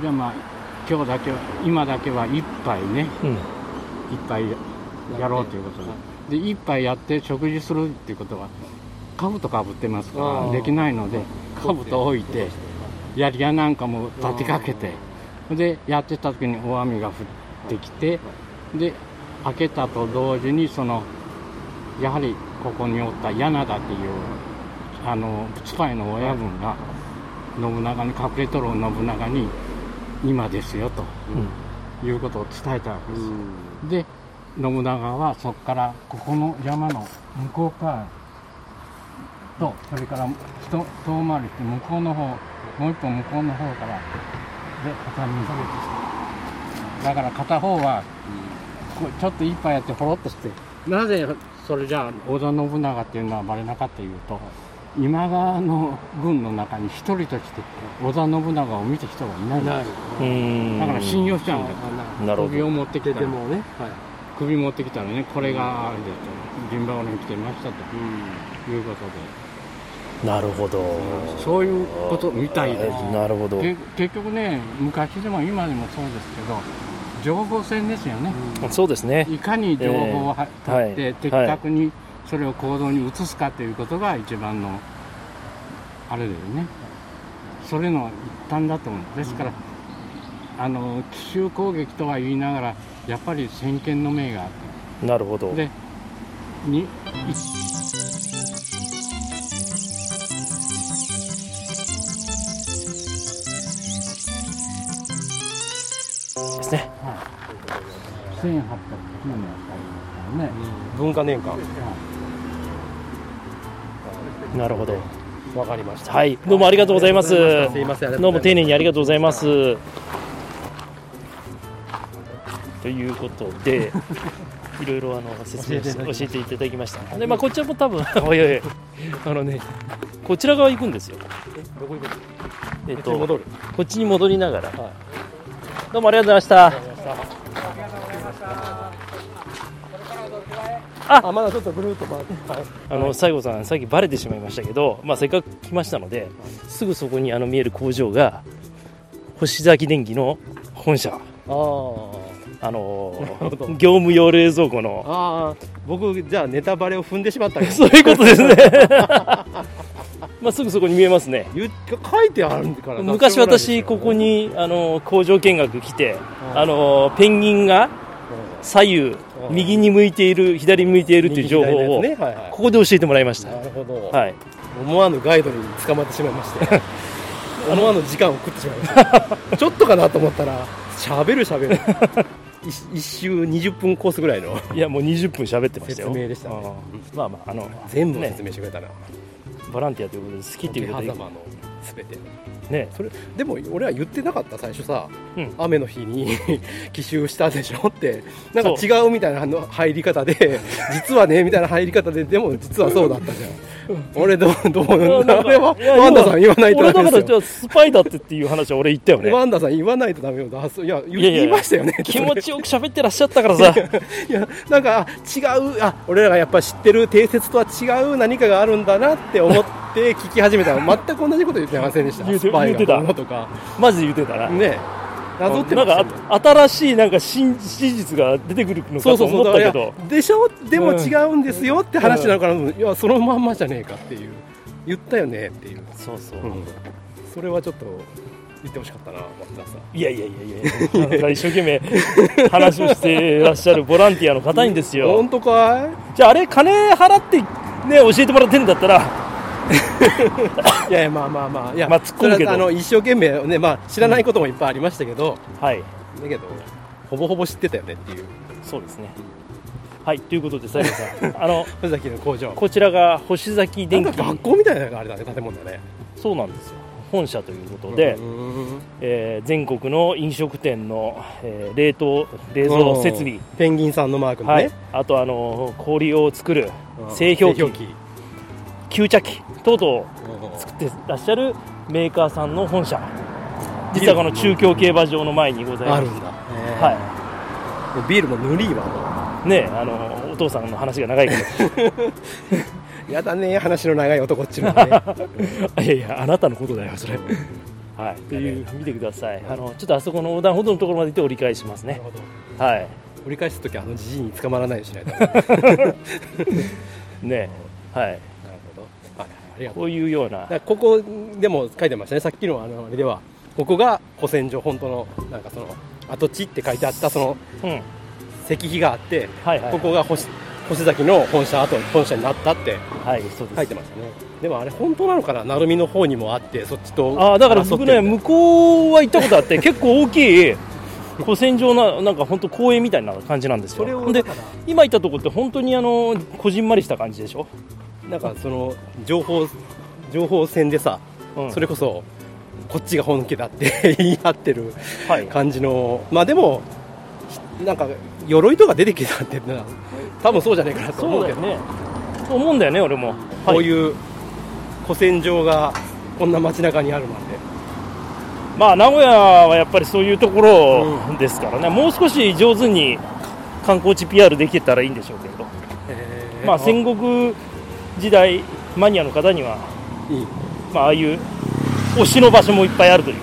[SPEAKER 6] じゃあまあ今日だけは今だけは一杯ね
[SPEAKER 3] うん
[SPEAKER 6] 一杯やろうということでで一杯やって食事するっていうことは兜かぶってますか
[SPEAKER 5] あ
[SPEAKER 6] ら
[SPEAKER 5] あ
[SPEAKER 6] できないので兜置いて槍やなんかも立てかけてでやってた時に大雨が降ってきてで開けたと同時にそのやはりここにおった柳田っていうあの仏界の親分が信長に隠れとる信長に今ですよと、いうことを伝えたわけです、で信長はそこからここの山の向こう側とそれから人遠回りして向こうの方もう一本向こうの方からで挟み込むだから片方はこうちょっと一杯やってほろっとしてなぜそれじゃあ織田信長っていうのはバレなかったというと今川の軍の中に一人として織田信長を見た人がいないんです
[SPEAKER 3] うん
[SPEAKER 6] だから信用しちゃうんだよ
[SPEAKER 3] なるほ
[SPEAKER 6] 首
[SPEAKER 3] ど
[SPEAKER 6] を持ってきたら
[SPEAKER 5] もね、はい、
[SPEAKER 6] 首持ってきたらねこれがあれだと陣羽織に来てましたということ
[SPEAKER 3] なるほど
[SPEAKER 6] でそういうことみたいです
[SPEAKER 3] なるほど
[SPEAKER 6] け結局ね昔でも今でもそうですけど情報戦ですよね、
[SPEAKER 3] そうですね
[SPEAKER 6] いかに情報をは
[SPEAKER 3] えー
[SPEAKER 6] 取って、
[SPEAKER 3] はい
[SPEAKER 6] 的確にそれを行動に移すかということが一番のあれだよねそれの一端だと思うですから、あの奇襲攻撃とは言いながらやっぱり先見の明があって
[SPEAKER 3] なるほど
[SPEAKER 6] でに
[SPEAKER 3] ですね
[SPEAKER 6] 1809年だったね、
[SPEAKER 5] 文化年間
[SPEAKER 3] なるほど
[SPEAKER 5] わかりました
[SPEAKER 3] はいどうもありがとうございます
[SPEAKER 5] すいませんありがとうございます
[SPEAKER 3] どうも丁寧にありがとうございますということでいろいろあの説明をし教えていただきましたでまあこちらも多分 おいおいおいあのねこちら側行くんですよ
[SPEAKER 5] どこ行くの
[SPEAKER 3] えっと
[SPEAKER 5] こっちに戻る
[SPEAKER 3] こっちに戻りながら、どうもありがとうございました
[SPEAKER 5] あまだちょっとぐるっと回って、はい、
[SPEAKER 3] あの西郷さんさっきバレてしまいましたけど、まあ、せっかく来ましたのですぐそこにあの見える工場が星崎電機の本社
[SPEAKER 5] あ
[SPEAKER 3] あの
[SPEAKER 5] るほど
[SPEAKER 3] ー業務用冷蔵庫の
[SPEAKER 5] ああ僕じゃあネタバレを踏んでしまったけ ど
[SPEAKER 3] そういうことですねまあすぐそこに見えますね
[SPEAKER 5] 言っ書いてあるからな
[SPEAKER 3] 昔
[SPEAKER 5] しょうがないです
[SPEAKER 3] 私
[SPEAKER 5] よ
[SPEAKER 3] ここにあの工場見学来て
[SPEAKER 5] うん
[SPEAKER 3] あのペンギンが左右
[SPEAKER 5] うん
[SPEAKER 3] 右に向いている左に向いているという情報を
[SPEAKER 5] 右左のやつねはいはい
[SPEAKER 3] ここで教えてもらいました
[SPEAKER 5] なるほど、
[SPEAKER 3] はい
[SPEAKER 5] 思わぬガイドに捕まってしまいまして 思わぬ時間を食ってしまいましたちょっとかなと思ったらしゃべるしゃべる一一周20分コースぐらいの
[SPEAKER 3] いやもう20分喋ってましたよ
[SPEAKER 5] 説明でしたね
[SPEAKER 3] うんまあまああの
[SPEAKER 5] 全部説明してくれたな、
[SPEAKER 3] ボランティアということで好きっていうこと
[SPEAKER 5] 桶
[SPEAKER 3] で
[SPEAKER 5] 狭間の全て
[SPEAKER 3] ね
[SPEAKER 5] それでも俺は言ってなかった最初さ、
[SPEAKER 3] うん
[SPEAKER 5] 雨の日に 奇襲したでしょってなんか違うみたいなの入り方 で実はねみたいな入り方ででも実はそうだったじゃん俺どうどう
[SPEAKER 3] あなんか
[SPEAKER 5] あれはい
[SPEAKER 3] や
[SPEAKER 5] ワンダさん言わないと
[SPEAKER 3] 俺
[SPEAKER 5] ダ
[SPEAKER 3] だ
[SPEAKER 5] メ
[SPEAKER 3] から
[SPEAKER 5] です
[SPEAKER 3] じゃ
[SPEAKER 5] よ
[SPEAKER 3] あスパイだってっていう話は俺言ったよね
[SPEAKER 5] ワンダさん 言わないとダメよあそういや言
[SPEAKER 3] いやいや
[SPEAKER 5] 言いましたよね
[SPEAKER 3] 気持ちよく喋ってらっしゃったからさ
[SPEAKER 5] いやなんかあ違うあ俺らがやっぱ知ってる定説とは違う何かがあるんだなって思って聞き始めた全く同じこと言ってませんでした
[SPEAKER 3] 言うて
[SPEAKER 5] スパイ
[SPEAKER 3] 言うて
[SPEAKER 5] が
[SPEAKER 3] た
[SPEAKER 5] どうのとか
[SPEAKER 3] マジで言ってたな
[SPEAKER 5] ねなぞって
[SPEAKER 3] な
[SPEAKER 5] ま
[SPEAKER 3] ん
[SPEAKER 5] した
[SPEAKER 3] か
[SPEAKER 5] よね
[SPEAKER 3] あ新しいなんか真真実が出てくるの
[SPEAKER 5] そ
[SPEAKER 3] かと
[SPEAKER 5] うそうそ
[SPEAKER 3] 思
[SPEAKER 5] う
[SPEAKER 3] ったけど
[SPEAKER 5] だからでしょでも違うんですよって話なのかな、いやそのまんまじゃねえかっていう言ったよねっていう、
[SPEAKER 3] そうそう
[SPEAKER 5] うんそれはちょっと言ってほしかったな松田さん
[SPEAKER 3] いやいやいやいや 一生懸命話をしてらっしゃるボランティアの方にですよ
[SPEAKER 5] 本当かい
[SPEAKER 3] じゃああれ金払ってね教えてもらってんだったら
[SPEAKER 5] いやいやまあまあまあいや、
[SPEAKER 3] まあ突っ込むけど
[SPEAKER 5] それはあの一生懸命ねまあ知らないこともいっぱいありましたけど、
[SPEAKER 3] はい
[SPEAKER 5] だけどほぼほぼ知ってたよねっていう
[SPEAKER 3] そうですねはいということで西郷さん あの
[SPEAKER 5] 藤崎の工場
[SPEAKER 3] こちらが星崎
[SPEAKER 5] な
[SPEAKER 3] 電
[SPEAKER 5] ん
[SPEAKER 3] 機
[SPEAKER 5] か学校みたいなのがあれだね建物だね
[SPEAKER 3] そうなんですよ本社ということで、
[SPEAKER 5] うん
[SPEAKER 3] えー全国の飲食店の、えー冷凍冷蔵設備、
[SPEAKER 5] ペンギンさんのマークの
[SPEAKER 3] は
[SPEAKER 5] ね、
[SPEAKER 3] い、あとあの氷を作る
[SPEAKER 5] うん
[SPEAKER 3] 製氷機
[SPEAKER 5] 機
[SPEAKER 3] 吸着機等々
[SPEAKER 5] うん
[SPEAKER 3] 作ってらっしゃるメーカーさんの本社実はこの中京競馬場の前にございます
[SPEAKER 5] あるんだ、
[SPEAKER 3] は
[SPEAKER 5] もうビールも塗りはい
[SPEAKER 3] ねあのお父さんの話が長 いけ
[SPEAKER 5] やだね話の長い男っち のね
[SPEAKER 3] どいやいやあなたのことだよそれはいという見てくださいあのちょっとあそこの横断歩道のところまで行って折り返しますねはい
[SPEAKER 5] 折り返す時はあのじじいに捕まらないように しないとなる
[SPEAKER 3] ねはい
[SPEAKER 5] ほどはいありがとう
[SPEAKER 3] こういうような
[SPEAKER 5] だからここでも書いてましたねさっきのあのあれではここが古戦場本当のなんかその跡地って書いてあったその
[SPEAKER 3] うん
[SPEAKER 5] 石碑があって、
[SPEAKER 3] はいはい
[SPEAKER 5] ここが星星崎の本社後本社になったって
[SPEAKER 3] はいそうです
[SPEAKER 5] 書いてますねでもあれ本当なのかな鳴海の方にもあってそっちと
[SPEAKER 3] あーだから僕ね
[SPEAKER 5] 争って
[SPEAKER 3] 向こうは行ったことあって結構大きい古戦場ななんか本当公園みたいな感じなんですよ
[SPEAKER 5] それを
[SPEAKER 3] で
[SPEAKER 5] だから
[SPEAKER 3] 今行ったとこって本当にあのこじんまりした感じでしょ、
[SPEAKER 5] みなんかその情報情報戦でさ、
[SPEAKER 3] うん
[SPEAKER 5] それこそこっちが本家だって 言い合ってる
[SPEAKER 3] はい
[SPEAKER 5] 感じのまあでもひなんか鎧とか出てきたってな多分そうじゃないかなと
[SPEAKER 3] そ
[SPEAKER 5] 思
[SPEAKER 3] う
[SPEAKER 5] う
[SPEAKER 3] だ
[SPEAKER 5] け
[SPEAKER 3] よ
[SPEAKER 5] ど
[SPEAKER 3] ねと思うんだよね俺も、
[SPEAKER 5] こう
[SPEAKER 3] う
[SPEAKER 5] いう古戦場がこんな街中にあるなんで
[SPEAKER 3] まあ名古屋はやっぱりそういうとこ
[SPEAKER 5] う
[SPEAKER 3] ろですからね、もう少し上手に観光地 PR できてたらいいんでしょうけれど、まあ戦国時代マニアの方には、
[SPEAKER 5] いい
[SPEAKER 3] まあ、ああいう推しの場所もいっぱいあるという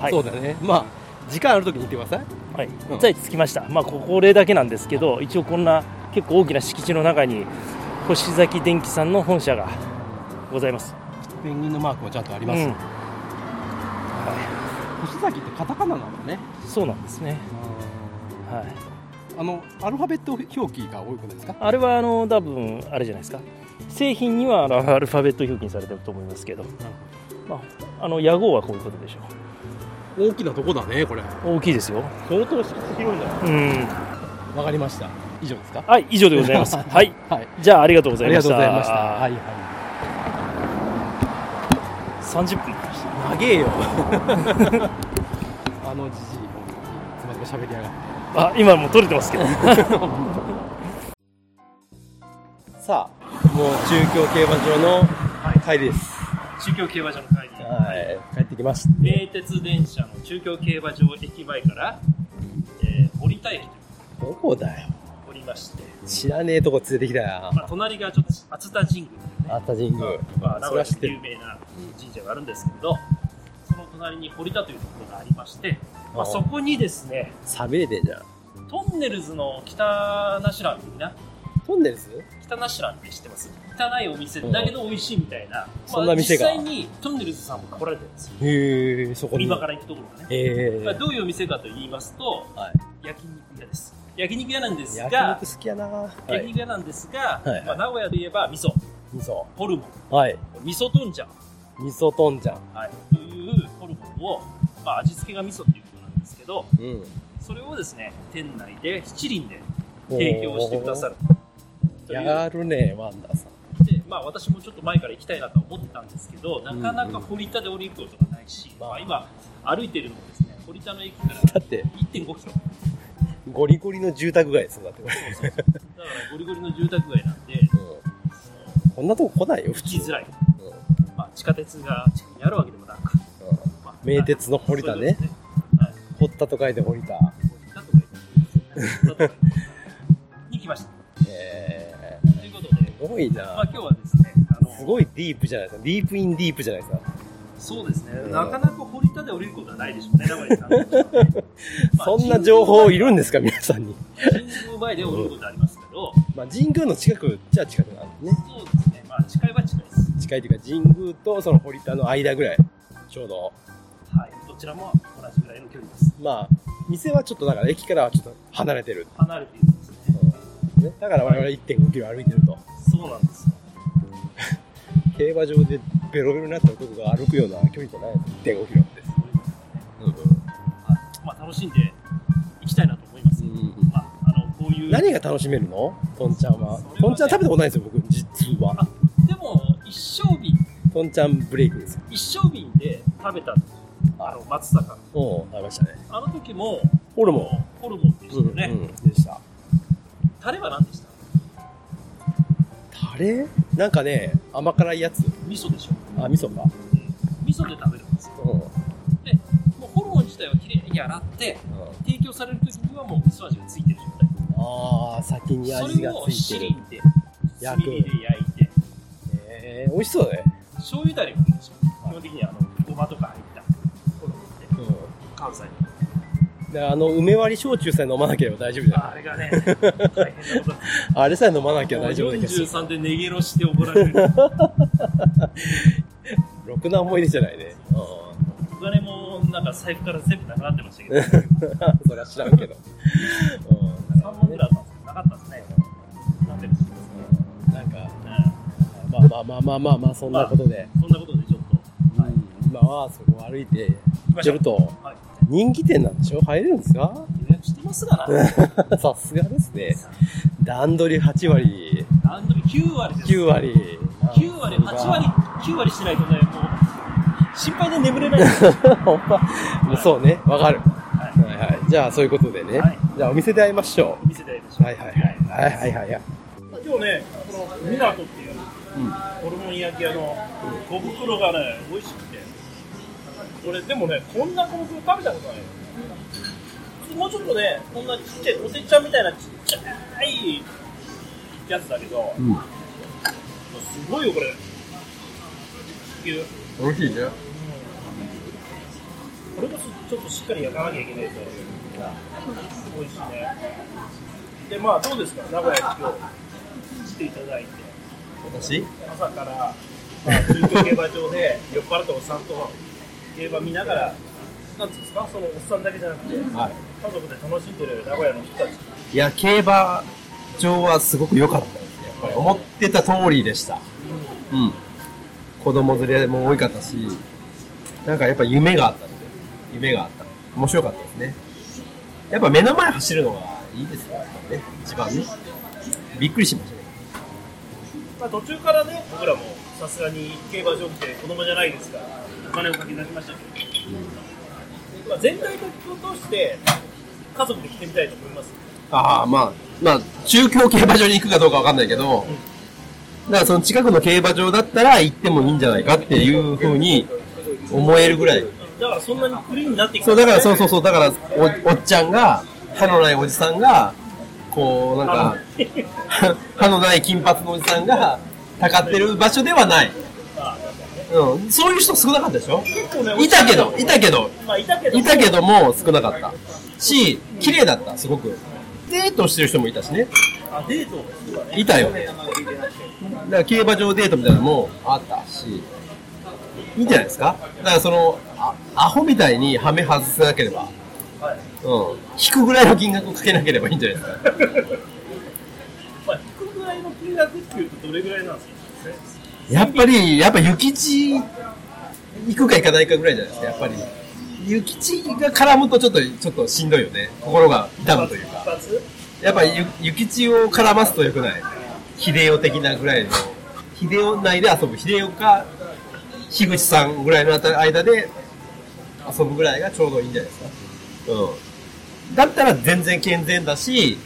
[SPEAKER 3] はい
[SPEAKER 5] そうだねまあ時間ある時に行ってください
[SPEAKER 3] はい
[SPEAKER 5] うん、
[SPEAKER 3] さえ着きました、まあ、ここ例だけなんですけど、一応こんな結構大きな敷地の中に、星崎電機さんの本社がございます。
[SPEAKER 5] ペンギンのマークもちゃんとあります、
[SPEAKER 3] うん、
[SPEAKER 5] 星崎ってカタカナなんだね
[SPEAKER 3] そうなんですね、はい、
[SPEAKER 5] あのアルファベット表記が多いことですか
[SPEAKER 3] あれはあの多分あれじゃないですか、製品にはあのアルファベット表記にされてると思いますけど、まあ、あの屋号はこういうことでしょ
[SPEAKER 5] 大きなとこだねこれ
[SPEAKER 3] う、大きいですよ。
[SPEAKER 5] 相当敷地広いんじゃな
[SPEAKER 3] うん
[SPEAKER 5] いわかりました以上ですか
[SPEAKER 3] はい、以上でございます。はい、
[SPEAKER 5] はい
[SPEAKER 3] じゃあありがとうご
[SPEAKER 5] あ
[SPEAKER 3] ざい
[SPEAKER 5] り
[SPEAKER 3] ま
[SPEAKER 5] が
[SPEAKER 3] し
[SPEAKER 5] と
[SPEAKER 3] た。
[SPEAKER 5] うございましたはいは
[SPEAKER 3] 30分。
[SPEAKER 5] い長えよあのじじいつまり喋りやがっ
[SPEAKER 3] あ、今もう撮れてます けど。
[SPEAKER 5] てさあもう中京競馬場の帰りです
[SPEAKER 3] 中京競馬場の会議。
[SPEAKER 5] はい帰ってきました
[SPEAKER 3] 名鉄電車の中京競馬場駅前から、えー、堀田駅に
[SPEAKER 5] どこだよ
[SPEAKER 3] 降りまして、
[SPEAKER 5] 知らねえとこ連れてきたよ
[SPEAKER 3] まあ、隣がちょっと熱田神宮というね、
[SPEAKER 5] 熱田神宮
[SPEAKER 3] まあ、名
[SPEAKER 5] そ
[SPEAKER 3] 古
[SPEAKER 5] れ
[SPEAKER 3] 屋
[SPEAKER 5] は知って
[SPEAKER 3] で有
[SPEAKER 5] る
[SPEAKER 3] 名な神社があるんですけれど、その隣に堀田というところがありまして、まあ、そこにですね、
[SPEAKER 5] サビれてんじゃん
[SPEAKER 3] トンネルズの北なしらん的な、
[SPEAKER 5] トンネルズ
[SPEAKER 3] 北なしらんって知ってます汚いお店だけど美味しいみたいな、
[SPEAKER 5] そんな店が
[SPEAKER 3] まあ、実際にトンネルズさんも来られてるんですよ。
[SPEAKER 5] へえそこに
[SPEAKER 3] 今から行くところがね。
[SPEAKER 5] え
[SPEAKER 3] まあ、どういうお店かと言いますと、
[SPEAKER 5] は
[SPEAKER 3] 焼肉屋です。焼肉屋なんですが、
[SPEAKER 5] 焼肉好きやなは
[SPEAKER 3] 焼肉屋なんですが、
[SPEAKER 5] はい
[SPEAKER 3] まあ、名古屋で言えば味噌、
[SPEAKER 5] 味噌
[SPEAKER 3] ホルモン、
[SPEAKER 5] はい
[SPEAKER 3] 味噌豚醤、
[SPEAKER 5] 味噌とんじゃん
[SPEAKER 3] はい、というホルモンを、まあ、味付けが味噌ということなんですけど、
[SPEAKER 5] うん
[SPEAKER 3] それをですね、店内で七輪で提供してくださるという。
[SPEAKER 5] やるねワンダーさん
[SPEAKER 3] でまあ、私もちょっと前から行きたいなとは思ってたんですけど、なかなか堀田で降りることがないし、まあ、今、歩いてるのもですね、堀田の駅から
[SPEAKER 5] だって
[SPEAKER 3] 1.5キロ、だか
[SPEAKER 5] ゴリゴリの住宅街ですよだってこれ
[SPEAKER 3] らゴリゴリの住宅街なんで、
[SPEAKER 5] うんこんなとこ来ないよ普
[SPEAKER 3] 行き
[SPEAKER 5] 通
[SPEAKER 3] づらい、
[SPEAKER 5] うん
[SPEAKER 3] まあ、地下鉄が近くにあるわけでもなく、まあ
[SPEAKER 5] 名鉄の堀田ね。堀田と書いて堀田
[SPEAKER 3] そうですねはい堀田とか言ってますねに来ました。
[SPEAKER 5] え
[SPEAKER 3] ということで、
[SPEAKER 5] ー、すごい
[SPEAKER 3] まあ、
[SPEAKER 5] な
[SPEAKER 3] 今日はですね、あの
[SPEAKER 5] すごいディープじゃないですかディープインディープじゃないですか
[SPEAKER 3] そうですね、
[SPEAKER 5] ん
[SPEAKER 3] なかなか堀田で降りることはないでしょうね、名古屋さん まあ
[SPEAKER 5] そんな情報いるんですか皆さんに
[SPEAKER 3] 神宮前で降りることありますけど、
[SPEAKER 5] まあ神宮の近くじゃ近くなんでね
[SPEAKER 3] そうですね、まあ、近いは近いです。
[SPEAKER 5] 近いというか神宮とその堀田の間ぐらいちょうど
[SPEAKER 3] はい、どちらも同じぐらいの距離です。
[SPEAKER 5] まあ店はちょっとだから駅からはちょっと離れてる、
[SPEAKER 3] 離れているんですね。
[SPEAKER 5] ね、だから我々1.5キロ歩いてると
[SPEAKER 3] そうなんですよ。
[SPEAKER 5] 競馬場でベロベロになった男が歩くような距離じゃない1.5キロって
[SPEAKER 3] そういうことですねはいまあ、楽しんでいきたいなと思います。まあ、あの、こういう。
[SPEAKER 5] 何が楽しめるのとんちゃんはとんちゃん食べたことないんですよ僕実は
[SPEAKER 3] でも、一升瓶、
[SPEAKER 5] とんちゃんブレイクですよ
[SPEAKER 3] 一升瓶で食べた時、あの、松坂。
[SPEAKER 5] おありましたね
[SPEAKER 3] あの時も、
[SPEAKER 5] ホルモ
[SPEAKER 3] ホルモンで
[SPEAKER 5] ン、
[SPEAKER 3] したよね。
[SPEAKER 5] でした
[SPEAKER 3] タレは何でした
[SPEAKER 5] タレなんかね甘辛いやつ
[SPEAKER 3] 味噌でしょ。
[SPEAKER 5] あ味噌か
[SPEAKER 3] 味噌で食べるんですよ。
[SPEAKER 5] うん、うん、
[SPEAKER 3] もうホルモン自体はきれいに洗って、提供される時にはもう味噌味がついてる状態。
[SPEAKER 5] ああ先に
[SPEAKER 3] そ
[SPEAKER 5] 味
[SPEAKER 3] れ
[SPEAKER 5] が
[SPEAKER 3] を
[SPEAKER 5] つい
[SPEAKER 3] 七
[SPEAKER 5] て
[SPEAKER 3] 輪
[SPEAKER 5] る
[SPEAKER 3] で、炭
[SPEAKER 5] 焼く
[SPEAKER 3] 火で焼いて、
[SPEAKER 5] えー、美味しそうだね
[SPEAKER 3] 醤油だれもいいでしょ。基本的にあの、ごまとか入ったホルモンって、関西の。
[SPEAKER 5] であの梅割り焼酎さえ飲まなければ大丈夫じゃない
[SPEAKER 3] あれがね、大変なことだ
[SPEAKER 5] あれさえ飲まなきゃ大丈夫だけど
[SPEAKER 3] 43で寝ゲロして怒ら れる。
[SPEAKER 5] ろくな思い出じゃないね、うん
[SPEAKER 3] お金もなんかか財布から全部なくなってましたけど、
[SPEAKER 5] それは知らんけど。
[SPEAKER 3] うん、3本ぐらいあったんですけど、なかったですね。なんでですか
[SPEAKER 5] なんか、
[SPEAKER 3] う
[SPEAKER 5] まあまあまあまあまあまあ、そんなことで。
[SPEAKER 3] んそんなことでちょっと、はい、
[SPEAKER 5] 今はそこを歩いて、
[SPEAKER 3] 行きまし
[SPEAKER 5] ち
[SPEAKER 3] ょ
[SPEAKER 5] ょっ
[SPEAKER 3] う。
[SPEAKER 5] と、
[SPEAKER 3] はい、
[SPEAKER 5] 人気店なんでしょ入れるんですか
[SPEAKER 3] 予約してますがな。
[SPEAKER 5] さすがですね。段取り8割、
[SPEAKER 3] 段取り9割です。
[SPEAKER 5] 9。割。
[SPEAKER 3] 9割、8割、9割してないとね、もう、心配で眠れないです。
[SPEAKER 5] ほんまもう そうね、わかる。はいはい。じゃあ、そういうことでね。
[SPEAKER 3] はい
[SPEAKER 5] じゃあ、お店で会いましょ
[SPEAKER 3] 見せてやりましょ
[SPEAKER 5] う。
[SPEAKER 3] う。
[SPEAKER 5] はいはいはい。はいはいはいはい。
[SPEAKER 3] 今日ね、このミナトっていう、ホルモン焼き屋の小袋がね、美味しくて、俺、でもね、こんな小袋食べたことないもうちょっとね、こんなちっちゃい、おせちゃんみたいなちっちゃいやつだけど、すごいよ、これ。美味しいね。これもちょっとしっかり焼かなきゃいけないですよ。美味しいね。で、まあ、どうですか、名古屋に今日。来ていただいて
[SPEAKER 5] 私
[SPEAKER 3] 朝から、まあ、中京競馬場で 酔っ払ったおっさんと競馬見ながらなんていうんですかそのおっさんだけじゃなくて家
[SPEAKER 5] は
[SPEAKER 3] 族で楽しんでる名古屋の人たち
[SPEAKER 5] い。いや、競馬場はすごく良かったですね。やっぱり思ってた通りでした。うん。子供連れも多かったし、なんかやっぱ夢があったので、夢があった。面白かったですね。やっぱ目の前走るのがいいですね、やっぱね。一番ね。びっくりしましたね。
[SPEAKER 3] まあ、途中からね僕らもさすがに競馬場って子供じゃないですからお金をかけられましたけど、まあ、全体と通して家族で来てみたいと思います
[SPEAKER 5] ああ、まあ、まあ、中京競馬場に行くかどうかわかんないけど、だからその近くの競馬場だったら行ってもいいんじゃないかっていうふうに思えるぐらい。
[SPEAKER 3] だからそんなにクリーンになってきた
[SPEAKER 5] そう、だからそう
[SPEAKER 3] う
[SPEAKER 5] そうそう、だからお、おっちゃんが、歯のないおじさんが、こう、なんか、 歯のない金髪のおじさんが、たかってる場所ではない。うん、そういう人少なかったでしょいたけど、いたけど、
[SPEAKER 3] まあいたけど
[SPEAKER 5] いたけども少なかった。し、綺麗だった、すごく。デートしてる人もいたしね。
[SPEAKER 3] あデート
[SPEAKER 5] いたよ。だから競馬場デートみたいなのもあったし、いいんじゃないですかだからその、あアホみたいにハメ外せなければ、うん、引くぐらいの金額をかけなければいいんじゃないですか
[SPEAKER 3] まあ、引くぐらいの金額っていうとどれぐらいなんですか
[SPEAKER 5] やっぱり、やっぱ諭吉行くか行かないかぐらいじゃないですか、やっぱり。諭吉が絡むとちょっと、ちょっとしんどいよね。心が痛むというか。
[SPEAKER 3] 一発
[SPEAKER 5] やっぱゆ諭吉を絡ますとよくない秀夫的なぐらいの秀夫内で遊ぶ秀夫か樋口さんぐらいのあた間で遊ぶぐらいがちょうどいいんじゃないですかうんだったら全然健全だし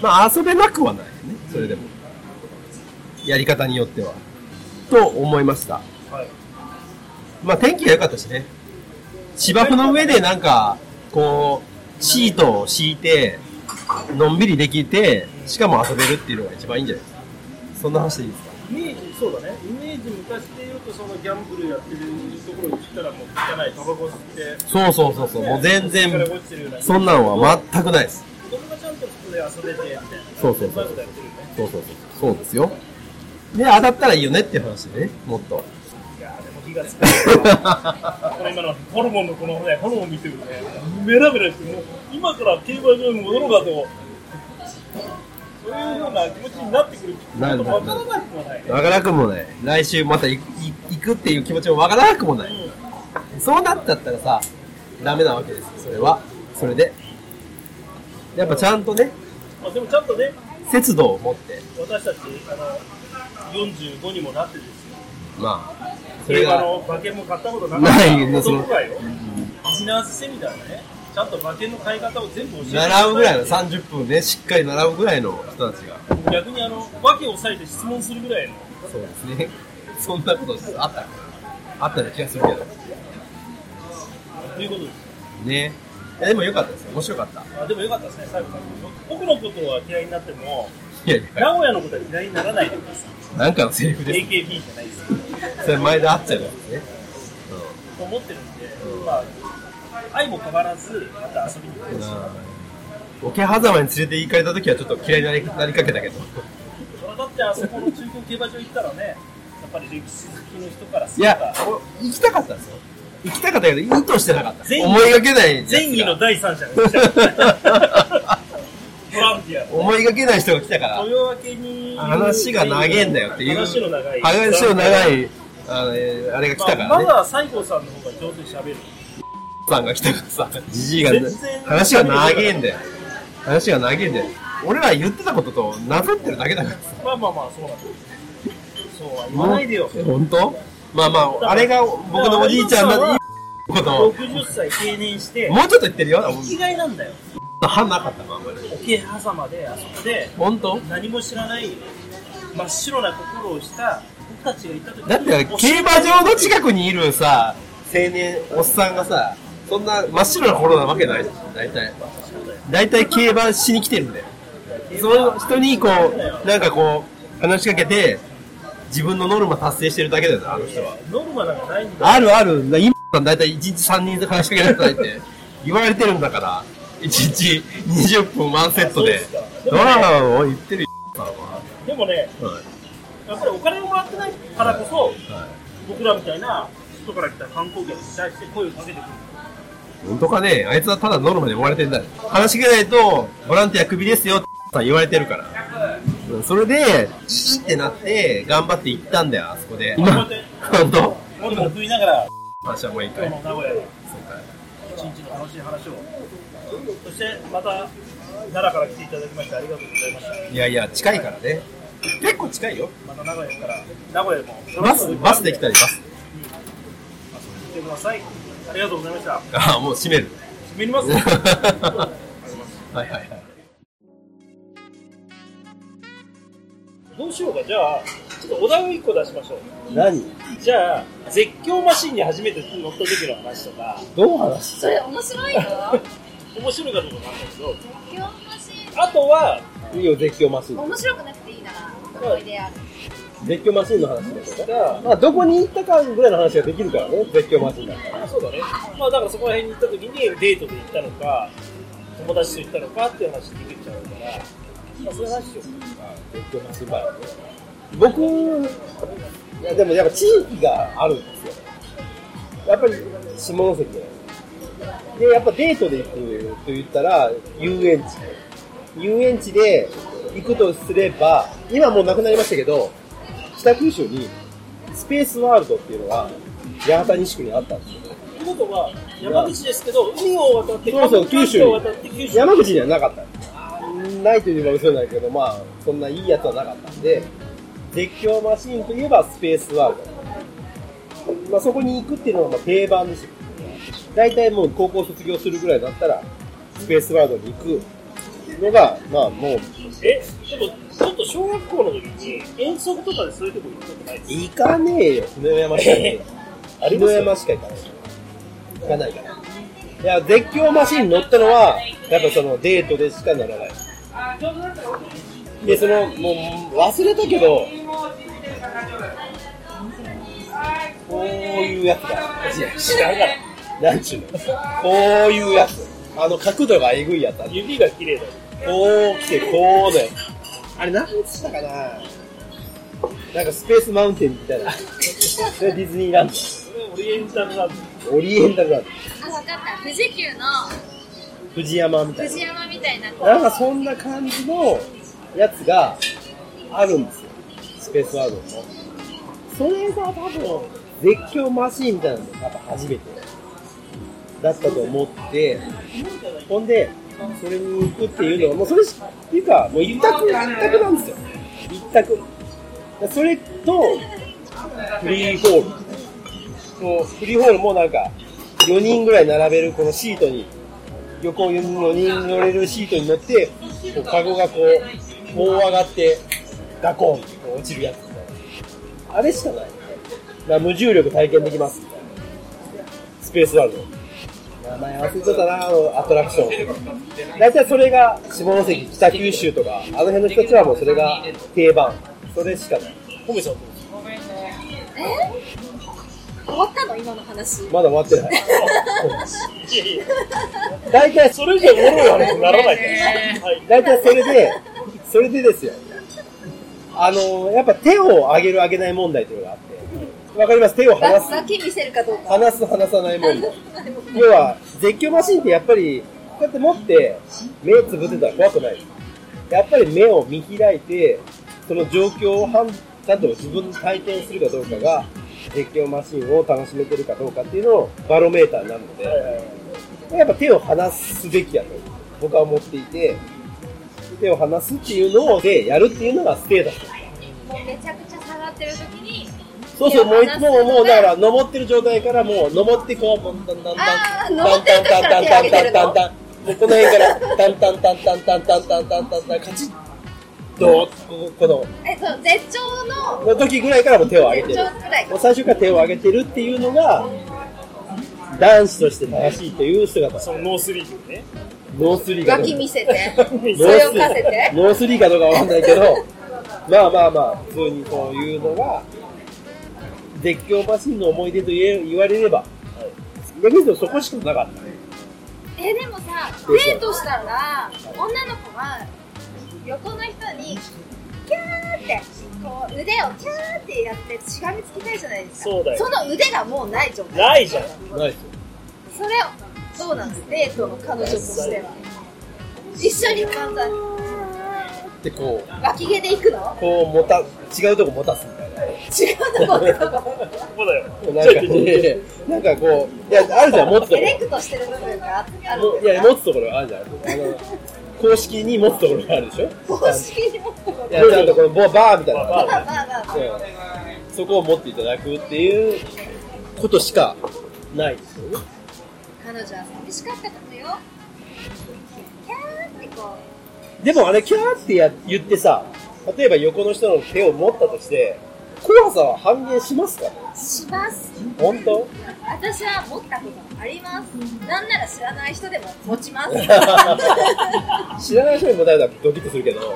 [SPEAKER 5] まあ遊べなくはないよねそれでもやり方によってはと思いました
[SPEAKER 3] はい
[SPEAKER 5] まあ天気が良かったしね芝生の上でなんかこうシートを敷いてのんびりできてしかも遊べるっていうのが一番いいんじゃないですかそんな話でいいですか
[SPEAKER 3] イメージそうだねイメージ昔で言うとそのギャンブルやってるところに来たらもう汚いタバコ吸って
[SPEAKER 5] そうそうそうそうもう全
[SPEAKER 3] 力が
[SPEAKER 5] 然
[SPEAKER 3] 落ちてるような
[SPEAKER 5] そんなんは全くないです
[SPEAKER 3] 子供がちゃんとそこで遊べてみたいな
[SPEAKER 5] そうそうそ
[SPEAKER 3] バイ
[SPEAKER 5] う
[SPEAKER 3] クでやってるよね
[SPEAKER 5] そうそうそうそうですよで当たったらいいよねっていう話でねもっと
[SPEAKER 3] いやーでも気がつかないこの今のホルモンのこのねホルモン見てるとねメラメラしてもう今から競馬場に戻ろうかとそういうような気持ちになってくる
[SPEAKER 5] なる
[SPEAKER 3] ちょっと
[SPEAKER 5] な
[SPEAKER 3] わか
[SPEAKER 5] るな
[SPEAKER 3] らな
[SPEAKER 5] る
[SPEAKER 3] くもないね
[SPEAKER 5] わからなくもない来週また行く行行くっていう気持ちもわからなくもないそうなったったらさダメなわけですよそれはそれでやっぱちゃんとね
[SPEAKER 3] まあ、でもちゃんとね
[SPEAKER 5] 節度を持って
[SPEAKER 3] 私たちあの45にもなってですよ
[SPEAKER 5] まあそれ
[SPEAKER 3] 競馬
[SPEAKER 5] が
[SPEAKER 3] の馬券も買ったことなかった
[SPEAKER 5] ないねその
[SPEAKER 3] 男がよ、ビジナーズセミナーでね、ちゃんと馬券の買い方を全部教えてくださ
[SPEAKER 5] 習うぐらいの30分ねしっかり習うぐらいの人たちが
[SPEAKER 3] 逆にあの、訳を抑えて質問するぐらいの、
[SPEAKER 5] そうですね そんなことあったあったような気がするけど
[SPEAKER 3] ということです。
[SPEAKER 5] ねいやでも良かったですよ面白かった
[SPEAKER 3] あでもよかったですね、最後から。僕のことは嫌いになっても、
[SPEAKER 5] いやいや
[SPEAKER 3] 名古屋のことは嫌いにならないでください。
[SPEAKER 5] なんかのセリフで
[SPEAKER 3] AKB じゃないです
[SPEAKER 5] すそれ前であっちゃうからね
[SPEAKER 3] と思ってるんで、まあ、愛も変わらず、また遊びに行く
[SPEAKER 5] うん桶狭間に連れて行かれた時はちょっと嫌いになりなりかけたけど
[SPEAKER 3] それだってあそこの中古競馬場行ったらね、やっぱり歴史好きの人からす
[SPEAKER 5] い
[SPEAKER 3] れ
[SPEAKER 5] や
[SPEAKER 3] ば、
[SPEAKER 5] お行きたかったんですよ
[SPEAKER 2] 行きたかったけど、意図してなかった。
[SPEAKER 3] 善意
[SPEAKER 2] 思いがけないやつが。
[SPEAKER 3] 善意の第三者が来た トランプやと
[SPEAKER 2] 思いがけない人が来たから、
[SPEAKER 3] 豊明に
[SPEAKER 2] 話が長えんだよっていう
[SPEAKER 3] 話の長い
[SPEAKER 2] 話の長い、あの、えーあれが来たか
[SPEAKER 3] ま
[SPEAKER 2] ら
[SPEAKER 3] あ、
[SPEAKER 2] ね
[SPEAKER 3] ま。だ西郷さんの方が上手に喋る
[SPEAKER 2] さんが来たからさ、じじいがね
[SPEAKER 3] 全然、
[SPEAKER 2] 話が長えんだよ。話が長えんだよ。俺ら言ってたこととなぞってるだけだからさ。
[SPEAKER 3] まあまあまあそうなんだよそうは言わないでよ
[SPEAKER 2] 本当まあまあ、あれが僕のおじいちゃんだって言うことを、
[SPEAKER 3] 60歳定年して
[SPEAKER 2] もうちょっと言ってるよ。
[SPEAKER 3] 生きがいなんだよ
[SPEAKER 2] 歯なかったもん、あんまり。
[SPEAKER 3] 桶狭間であそこで
[SPEAKER 2] 本当
[SPEAKER 3] 何も知らない真っ白な心をした僕たちがいた時
[SPEAKER 2] だって競馬場の近くにいるさ青年おっさんがさそんな真っ白な頃なわけないじゃん大体大体競馬しに来てるんだよその人にこうなんかこう話しかけて自分のノルマ達成してるだけだよなあの人は
[SPEAKER 3] ノルマなんかないんだ
[SPEAKER 2] あるある今さん大体1日3人で話しかけられたいって 言われてるんだから1日20分ワンセットで
[SPEAKER 3] そうですかでもね
[SPEAKER 2] ああおい言ってるさんは
[SPEAKER 3] でもね
[SPEAKER 2] はい
[SPEAKER 3] やっぱりお金をもらってないからこそ、
[SPEAKER 2] はい
[SPEAKER 3] 僕らみたいな人から来た観光客に対して声をかけてくる
[SPEAKER 2] 本当かねあいつはただノルマで追われてんだよ話しかけないとボランティアクビですよってさ言われてるからうんそれでいいってなって頑張って行ったんだよあそこで
[SPEAKER 3] 頑張
[SPEAKER 2] 今
[SPEAKER 3] って
[SPEAKER 2] 本当
[SPEAKER 3] ノルマを食いながら
[SPEAKER 2] 話はもういいか
[SPEAKER 3] 今
[SPEAKER 2] い
[SPEAKER 3] 日の名古屋で
[SPEAKER 2] そうか
[SPEAKER 3] 一日の楽しい話をそしてまた奈良から来ていただきましてありがとうございました
[SPEAKER 2] いやいや近いからね結構近いよ
[SPEAKER 3] また名古屋から名古屋も
[SPEAKER 2] バスバスで来たりバス
[SPEAKER 3] 来てくださいありがとうございました
[SPEAKER 2] ああもう閉める
[SPEAKER 3] 閉めります
[SPEAKER 2] はいはいはい
[SPEAKER 3] どうしようかじゃあちょっとお題を1個出しましょう
[SPEAKER 5] 何
[SPEAKER 3] じゃあ絶叫マシンに初めて乗った時の話とか
[SPEAKER 5] どう話す
[SPEAKER 7] それ面白いよ。
[SPEAKER 3] 面白いかどうかわかんないけど
[SPEAKER 7] 基本マシ
[SPEAKER 3] あとは、
[SPEAKER 5] いいよ、絶叫マシン。
[SPEAKER 7] 面白くなくていいなら思い出ある。
[SPEAKER 5] 絶叫マシンの話だよね
[SPEAKER 3] じゃあ
[SPEAKER 5] まあ、どこに行ったかぐらいの話ができるからね、絶叫マシンだから。
[SPEAKER 3] あそうだね、まあ、だからそこら辺に行った時にデートで行ったのか友達と行ったのかっていう話できちゃうから、まあ、そういう話しよう
[SPEAKER 5] 絶叫マシンバイク僕、いや、でもやっぱ地域があるんですよ。やっぱり下関で。で、やっぱデートで行くと言ったら、遊園地。遊園地で行くとすれば、今もうなくなりましたけど、北九州にスペースワールドっていうのが、八幡西区にあったんですよ。
[SPEAKER 3] ということは山口ですけど海を渡って
[SPEAKER 5] そうそう九州
[SPEAKER 3] 関東を渡って九州
[SPEAKER 5] 山口にはなかったないというのは嘘ないけどまあそんないいやつはなかったんで絶叫マシーンといえばスペースワールド、まあ、そこに行くっていうのがまあ定番ですよ大体もう高校卒業するぐらいだったらスペースワールドに行くのがまあもう
[SPEAKER 3] えでもちょっと小学校の時に遠足とかでそういうとこ行ったことないです
[SPEAKER 5] 行かねえよ篠山し か行かねえよ
[SPEAKER 3] りま
[SPEAKER 5] 篠
[SPEAKER 3] すよ
[SPEAKER 5] 山しか行かない行かないからいや絶叫マシーン乗ったのはやっぱそのデートでしかならないでそのもう忘れたけどこういうやつだいや知らんからなんちゅうのこういうやつあの角度がえぐいやつある
[SPEAKER 3] 指が綺麗だよ
[SPEAKER 5] こう来てこうだよあれ何つったかななんかスペースマウンテンみたいなそれディズニーラン
[SPEAKER 3] それオリエンタルランド
[SPEAKER 5] ドオリエンタルランド
[SPEAKER 7] あ、わかった。富士急の
[SPEAKER 5] 富士山みたい
[SPEAKER 7] 富士山みたいな。
[SPEAKER 5] ななんかそんな感じのやつがあるんですよスペースワールドのそれが多分絶叫マシーンみたいなのがやっぱ初めてだったと思ってほんでそれに行くっていうのはもうそれしっていうかもう一択一択なんですよ一択それとフリーホールもうフリーホールもなんか4人ぐらい並べるこのシートに横4人4人乗れるシートになってこうカゴがこうこう上がってガコンってこう落ちるやつみたいなあれしかないだから無重力体験できますみたいなスペースワールド名前忘れちゃったなあのアトラクション大体それが下関北九州とかあの辺の人たちはもうそれが定番それしかない
[SPEAKER 3] コメさんどう
[SPEAKER 7] え終わったの今の話。
[SPEAKER 5] まだ終わってない
[SPEAKER 3] ですいやいや
[SPEAKER 5] 大体
[SPEAKER 3] それ以上おもろい話にならないからはい
[SPEAKER 5] 大体それで、それでですよ。あの、やっぱ手を上げる上げない問題というのがあって、
[SPEAKER 8] わかります。手を離す。
[SPEAKER 7] だけ見せるかどうか。
[SPEAKER 8] 離す、離さないもん。要は、絶叫マシンってやっぱり、こうやって持って、目つぶってたら怖くない。やっぱり目を見開いて、その状況を判、なんていうの自分で体験するかどうかが、絶叫マシンを楽しめてるかどうかっていうのをバロメーターになるので、やっぱ手を離すべきやと、僕は思っていて、手を離すっていうのをでやるっていうのがステータス。
[SPEAKER 7] もうめちゃくちゃ下がってる時に、
[SPEAKER 8] そうそう、もう一
[SPEAKER 7] 手を
[SPEAKER 8] も
[SPEAKER 7] 離すのが
[SPEAKER 8] う、もう、だから、登ってる状態から、もう、登ってこう、もうだんだんだん
[SPEAKER 7] あ
[SPEAKER 8] だん、
[SPEAKER 7] ー登ってる時から手上げてるの
[SPEAKER 8] だんだんだんだんだんだんもうこの辺から、だんだんだんだんだんだんだんだんだんだん、カチッどうこここ
[SPEAKER 7] え、そう、絶頂の
[SPEAKER 8] の、の時ぐらいからもう手を上げて
[SPEAKER 7] 絶
[SPEAKER 8] る。
[SPEAKER 7] 頂くらい
[SPEAKER 8] もう。最初から手を上げてるっていうのが、男子として正しいという姿。
[SPEAKER 3] そのノースリーブね。
[SPEAKER 8] ノースリーがどう
[SPEAKER 7] 脇
[SPEAKER 8] か。
[SPEAKER 7] 見せて、
[SPEAKER 8] ノ
[SPEAKER 7] それをかせて。
[SPEAKER 8] ースリーかどうかわかんないけど、まあまあまあ、普通にそういうのが、絶叫マシンの思い出と言え言われれば、だけどそこしかなかったね。
[SPEAKER 7] えでもさ
[SPEAKER 8] そう
[SPEAKER 7] デートしたら女の子は横の人にキャーってこう腕をキャーってやってしがみつきたいじゃないですか
[SPEAKER 3] そうだよ
[SPEAKER 7] その腕がもうない状態
[SPEAKER 3] ないじゃん。
[SPEAKER 8] ないです
[SPEAKER 7] それをどうなんですデートの彼女としては一緒に簡単に
[SPEAKER 8] よってこう、
[SPEAKER 7] 脇毛で行くの
[SPEAKER 8] こう持た、違うとこ持たすみたいな。
[SPEAKER 7] 違うと思ってたの
[SPEAKER 3] ここだよ。
[SPEAKER 8] なんかね、なんかこう、いや、あるじゃん、持つと
[SPEAKER 7] エレクトしてる部分がああ
[SPEAKER 8] こ
[SPEAKER 7] る
[SPEAKER 8] ろ。いや、持つところあるじゃん。あの、公式に持つところがあるでしょ
[SPEAKER 7] 公式に持ってこ
[SPEAKER 8] いや、ちゃんとこのボバーみたいな。
[SPEAKER 7] まあまあまあ
[SPEAKER 8] うんそこを持っていただくっていうことしかないですよね。
[SPEAKER 7] 彼女は寂しかったことよキャーってこ
[SPEAKER 8] でもあれ、キャーってや言ってさ、例えば横の人の手を持ったとして、怖さは半減しますか
[SPEAKER 7] うします
[SPEAKER 8] 本当
[SPEAKER 7] 私は持ったことあります。なんなら知らない人でも持 ちます。
[SPEAKER 8] 知らない人に持たれたらドキッとするけど、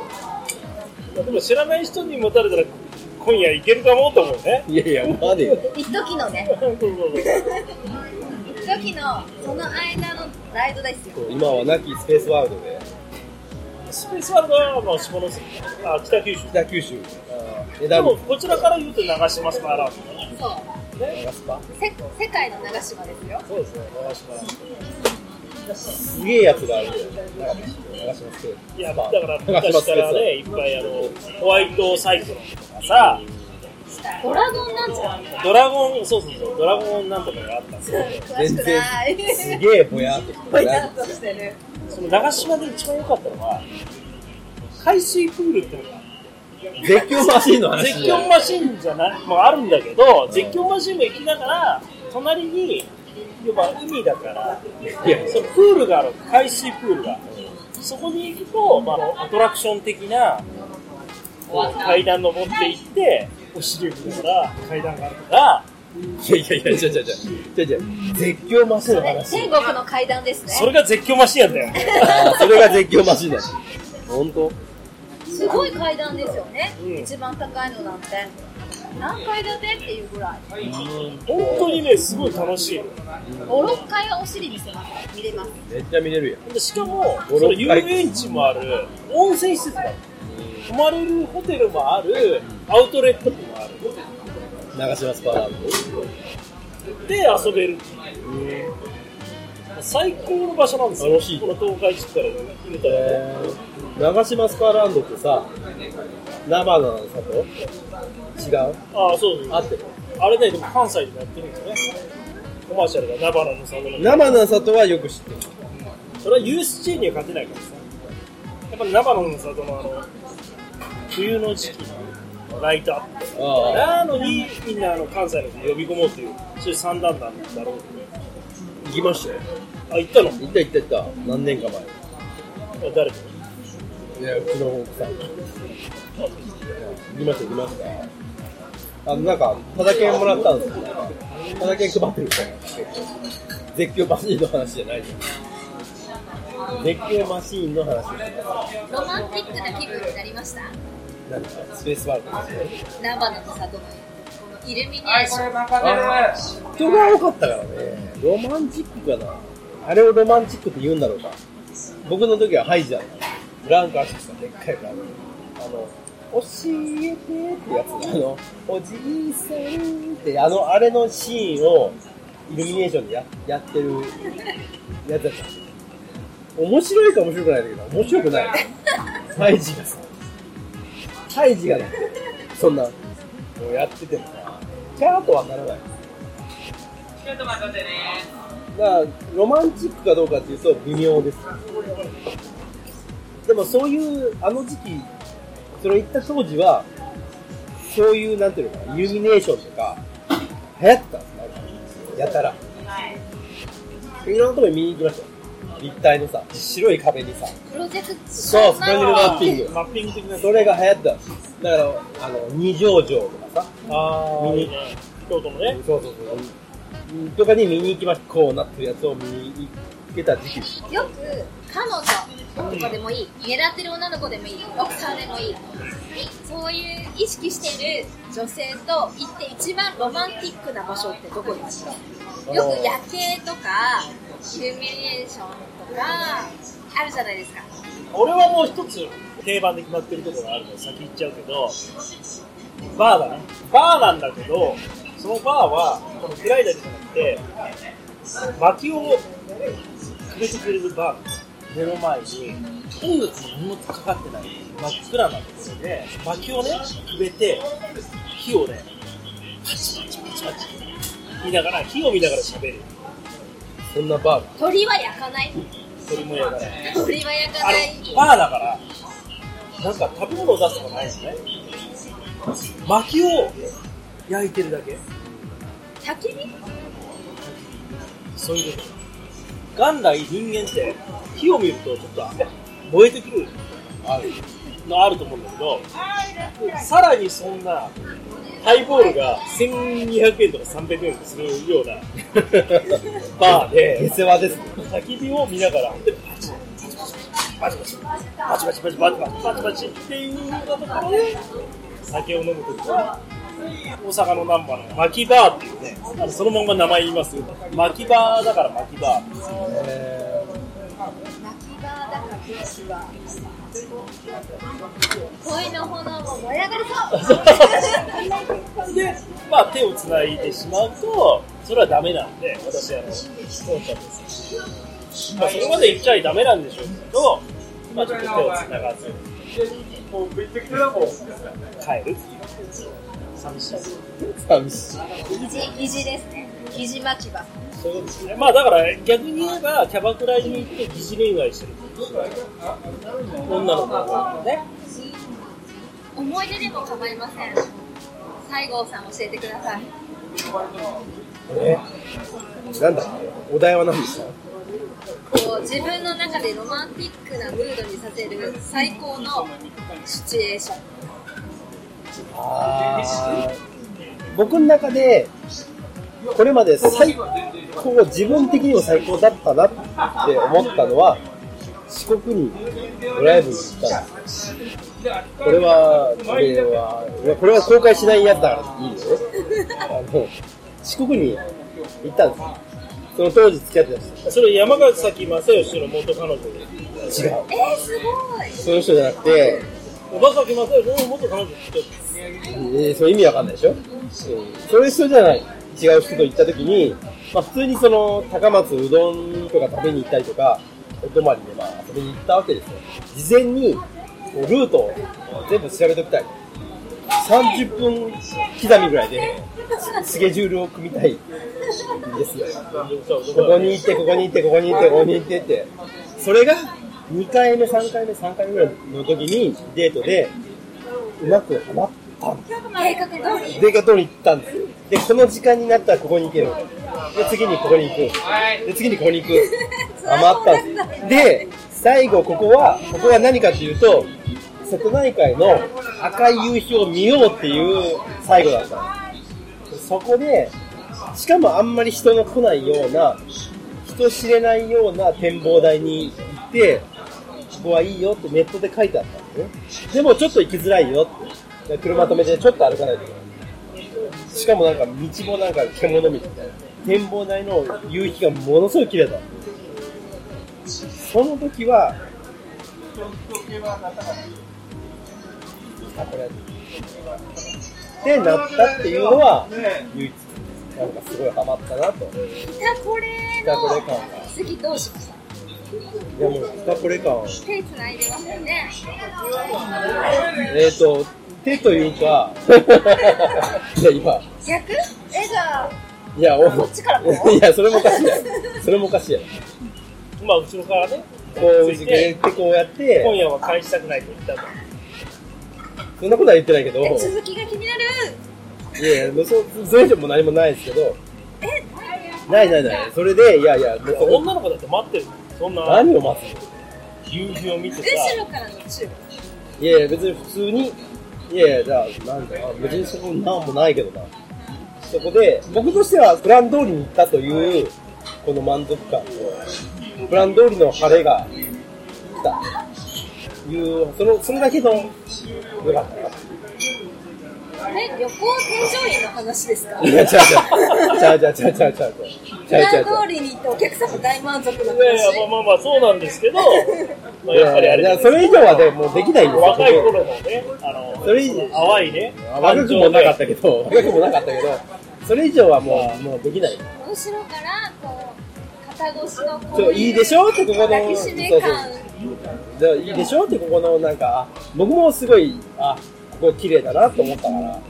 [SPEAKER 3] でも知らない人に持たれたら、今夜いけるかもと思うね。
[SPEAKER 8] いやいや、までよ。
[SPEAKER 7] 一時のね、一時のその間のライドですよ。
[SPEAKER 8] 今は亡きスペースワールドで、
[SPEAKER 3] スペースワールドは、まあ、下関あ、北九州。
[SPEAKER 8] 北九州、あー
[SPEAKER 3] で
[SPEAKER 8] 枝
[SPEAKER 3] も、
[SPEAKER 8] 道、
[SPEAKER 3] こちらから言うと長島スパラードね。
[SPEAKER 7] そう。
[SPEAKER 8] 長スパ。
[SPEAKER 7] せ世界の長島ですよ。
[SPEAKER 3] そうですね、長島。
[SPEAKER 8] すげえやつがあるんだよ。長島スペース。
[SPEAKER 3] いや、だから、昔からね、いっぱいあの、ホワイトサイクロンとかさ、
[SPEAKER 7] ドラゴンなんちゃら。
[SPEAKER 3] ドラゴン、そうそうそう、ドラゴンなんとかがあったんですけど、
[SPEAKER 7] 詳しくない。
[SPEAKER 8] すげえぼやっとして
[SPEAKER 7] ぽ
[SPEAKER 8] る
[SPEAKER 7] い
[SPEAKER 8] な
[SPEAKER 7] なとしてる。
[SPEAKER 3] その長島で一番良かったのは、海水プールってのがあって
[SPEAKER 8] 絶叫マシンの話
[SPEAKER 3] 絶叫マシンじゃないもあるんだけど、絶叫マシンも行きながら、隣に、要は海だから、そのプールがある、海水プールが。そこに行くと、まああの、アトラクション的な、こう階段登っていって、お尻を見ながら階段があるから、
[SPEAKER 8] いやいやいや、じゃじゃじゃじゃじゃ絶叫マシンの
[SPEAKER 7] ね
[SPEAKER 8] 話。
[SPEAKER 7] 天国の階段です
[SPEAKER 3] それ
[SPEAKER 7] ね。
[SPEAKER 3] が絶叫マシンやったよ。
[SPEAKER 8] あーそれが絶叫マシンだ。本当
[SPEAKER 7] すごい階段ですよね。
[SPEAKER 3] うん
[SPEAKER 7] 一番高いのなんて。何階建てっていうぐらい。
[SPEAKER 3] 本当にね、すごい楽しいの。
[SPEAKER 7] 五六階はお尻見せます。見れます。
[SPEAKER 8] めっちゃ見れるやん。
[SPEAKER 3] でしかも、そ
[SPEAKER 8] 五
[SPEAKER 3] の
[SPEAKER 8] 六
[SPEAKER 3] 遊
[SPEAKER 8] 回
[SPEAKER 3] 園地もある、温泉施設がある、泊まれるホテルもある、アウトレットもある、
[SPEAKER 8] 長島スパラー
[SPEAKER 3] で遊べる、最高の場所なんですよ、
[SPEAKER 8] 楽しい
[SPEAKER 3] この東海地区から見た
[SPEAKER 8] ド。
[SPEAKER 3] ら、
[SPEAKER 8] えー、長島スパランドってさ、生の里違う
[SPEAKER 3] ああ、そうそう
[SPEAKER 8] 合ってる。
[SPEAKER 3] あれね、でも関西でもやってるんですよね、コマーシャルが、ナバナのサムの、
[SPEAKER 8] 生の里はよく知ってる。
[SPEAKER 3] それは USJ には勝てないからさ、やっぱりナバナの里のあの冬の時期のライトアップ。
[SPEAKER 8] あ
[SPEAKER 3] なのに、みんなあの関西の人呼び込もうという、そういう三段なんだろうと。
[SPEAKER 8] あ、行きましたよ。
[SPEAKER 3] あ、行ったの
[SPEAKER 8] 行った行った行った。何年か前。
[SPEAKER 3] あ誰か。
[SPEAKER 8] いや、うちの奥さん。行きました、行きました。あの、なんか、ただ券もらったんですよ。ただ券配ってるから。絶叫マシーンの話じゃないじゃん。絶叫マシーンの話ですよ
[SPEAKER 7] ロマンティックな気分になりました。
[SPEAKER 8] なんか、スペースワールドですね。
[SPEAKER 7] ナバナの里のイルミネーション。
[SPEAKER 8] 人が多かったからね、ロマンチックかな。あれをロマンチックって言うんだろうか。僕の時はハイジャーだ。ブランカーしてた、でっかいブランカー。あの、
[SPEAKER 4] 教えてってやつあの、おじいさんって、あの、あれのシーンを、イルミネーションでややってるやつだった。面白いか面白くないんだけど、面白くない。ハイジがさ、ハイジがね、そんな、もうやっててもさ、キャーとはならない。だからロマンチックかどうかっていうと微妙ですでもそういうあの時期それ行った当時はそういうなんていうのかなイルミネーションとか流行ってたんですなんかやたらいろんなとこに見に行きましたよ立体のさ白い壁にさ
[SPEAKER 7] プロジェクト
[SPEAKER 4] そうスパイラルマッピング
[SPEAKER 3] マッピング的な
[SPEAKER 4] それが流行ってたんですだからあの二条城とかさ
[SPEAKER 3] あ
[SPEAKER 4] ー
[SPEAKER 3] ー
[SPEAKER 4] い
[SPEAKER 3] い
[SPEAKER 4] い
[SPEAKER 3] いね京都のね
[SPEAKER 4] そうそうそうとかに見に行きましたこうなってるやつを見に行けた時期です
[SPEAKER 7] よく彼女とかでもいい狙ってる女の子でもいい奥さんでもいいそういう意識してる女性と行って一番ロマンティックな場所ってどこですかよく夜景とかイルミネーションとかあるじゃないですか
[SPEAKER 3] 俺はもう一つ定番で決まってるところがあるので先行っちゃうけどバーだねバーなんだけどそのバーはこの暗いだけじゃなくて薪をくれてくれるバー目の前に音楽に何もかかってない真っ暗なところで薪をねくべて火をねパチパチパチパチ見ながら火を見ながら喋る
[SPEAKER 4] そんなバーが
[SPEAKER 7] 鳥は焼かない
[SPEAKER 3] 鳥もやがら
[SPEAKER 7] 鳥は焼か
[SPEAKER 3] あ
[SPEAKER 7] ない
[SPEAKER 3] の、バーだから、なんか食べ物を出すとかないのね。薪を焼いてるだけ。
[SPEAKER 7] 焚き火
[SPEAKER 3] そういうこと。元来人間って、火を見るとちょっと燃えてくるのあると思うんだけど、さらにそんな、ハイボールが1200円とか300円とかするよう なバーで、
[SPEAKER 4] 下世話ですね
[SPEAKER 3] 焚き火を見ながら、パチパチパチパチパチパチパチパチパチパチパチっていうようなところで、酒を飲むときに、大阪の難波の巻きバーっていうね、あのそのまま名前言いますけど、巻きバーだから巻きバー。
[SPEAKER 7] 泣きがだから教師は恋の炎も燃え上がる そう
[SPEAKER 3] で、まあ手をつないでしまうと、それはダメなんで、私、あの、そうなんですよまあそこまで行っちゃダメなんでしょうけど、まあちょっと手をつながず、帰る。寂しい。
[SPEAKER 4] 寂しい
[SPEAKER 7] 疑似疑似ですね疑似巻き場
[SPEAKER 3] そういうことですね。まあだから逆に言えばキャバクラに行って疑似恋愛してる女の子がね。
[SPEAKER 7] 思い出でも構いません西郷さん教えてください
[SPEAKER 4] なんだお題は何でした
[SPEAKER 7] こう自分の中でロマンティックなムードにさせる最高のシチュエーション
[SPEAKER 4] 僕の中でこれまで最高自分的にも最高だったなって思ったのは四国にドライブに行ったんですこれはこれはいやこれは公開しないやつだからいいよあの四国に行ったんですその当時付き合ってた
[SPEAKER 3] それ山川崎正義の元彼女で。
[SPEAKER 4] 人違う
[SPEAKER 7] えー、すごい
[SPEAKER 4] その人じゃなくて
[SPEAKER 3] 山崎正義の元彼女って言って
[SPEAKER 4] えー、その意味わかんないでしょ、そういう人じゃない違う人と行った時に、まあ、普通にその高松うどんとか食べに行ったりとかお泊まりでまあ遊びに行ったわけですよ事前にこうルートを全部調べときたい30分刻みぐらいでスケジュールを組みたいんですよここに行ってここに行ってここに行ってここに行ってってそれが2回目3回目3回目ぐらいの時にデートでうまくハマって
[SPEAKER 7] 計画通り
[SPEAKER 4] で、通り行ったんですよ。で、この時間になったらここに行ける。で、次にここに行く。で、次にここに行く。余ったんです。で、最後、ここは、ここは何かっていうと、瀬戸内海の赤い夕日を見ようっていう最後だったんです。そこで、しかもあんまり人の来ないような、人知れないような展望台に行って、ここはいいよってネットで書いてあったんですね。でもちょっと行きづらいよって。で車止めてちょっと歩かないといけない。しかもなんか道もなんか獣道みたいな。展望台の夕日がものすごい綺麗だった。その時は、
[SPEAKER 8] ってなったっていうのは、唯一、なんかすごいハマったなと。
[SPEAKER 7] ピタコレ
[SPEAKER 8] タコレ
[SPEAKER 7] の
[SPEAKER 8] 感が
[SPEAKER 7] 次どうしました
[SPEAKER 8] いやもう、スタプレ感は
[SPEAKER 7] 手繋いでますよね
[SPEAKER 8] えっ、ー、と、手という か、いや、今、
[SPEAKER 7] 逆えじゃあ
[SPEAKER 8] いや、お
[SPEAKER 7] こっちからこう
[SPEAKER 8] いや、それもおかしいやんそれもおかしいやん
[SPEAKER 3] まあ、後ろからね、
[SPEAKER 8] こう、うちでこうやって、
[SPEAKER 3] 今夜は返したくないと言ったと。
[SPEAKER 8] そんなことは言ってないけど、い
[SPEAKER 7] え続きが気になる
[SPEAKER 8] やいや、もうそそれ以上も何もないですけど、
[SPEAKER 7] え
[SPEAKER 8] ないないない、それで、いやいや、もうそんな
[SPEAKER 3] 女の子だって待ってるそんな
[SPEAKER 8] 何を待つ
[SPEAKER 3] 夕日を見てさ、
[SPEAKER 7] 後ろからの中
[SPEAKER 8] のいやいや、別に普通に、いやいや、じゃあ、なんだろう、別にそこなんもないけどな。そこで、僕としてはプラン通りに行ったという、この満足感と、プラン通りの晴れが来た。いう、その、それだけの、よかったな。
[SPEAKER 7] え旅行添乗員の話ですか
[SPEAKER 8] い や、違う違う。違う違う違う違う違う違う違う違う
[SPEAKER 7] プラン通りに行ってお客様大満足の
[SPEAKER 3] いやいや、まあ
[SPEAKER 7] 話
[SPEAKER 3] まあまあ、そうなんで すけど、まあ
[SPEAKER 8] い
[SPEAKER 3] やっぱりあ
[SPEAKER 8] やい
[SPEAKER 3] れだ
[SPEAKER 8] や
[SPEAKER 3] よ
[SPEAKER 8] それ以上はでもうできないんですよ。
[SPEAKER 3] 若い頃のね、あの、
[SPEAKER 8] それ以上
[SPEAKER 3] 淡いね、
[SPEAKER 8] 若くもなかったけど、若くもなかったけど、それ以上はもう、もうできない。
[SPEAKER 7] 後ろからこう肩越しのこ
[SPEAKER 8] そういいでしょってここの
[SPEAKER 7] 抱きしめ感
[SPEAKER 8] そうじゃあいいでしょってここのなんか、僕もすごい、あ、ここ綺麗だなと思ったから、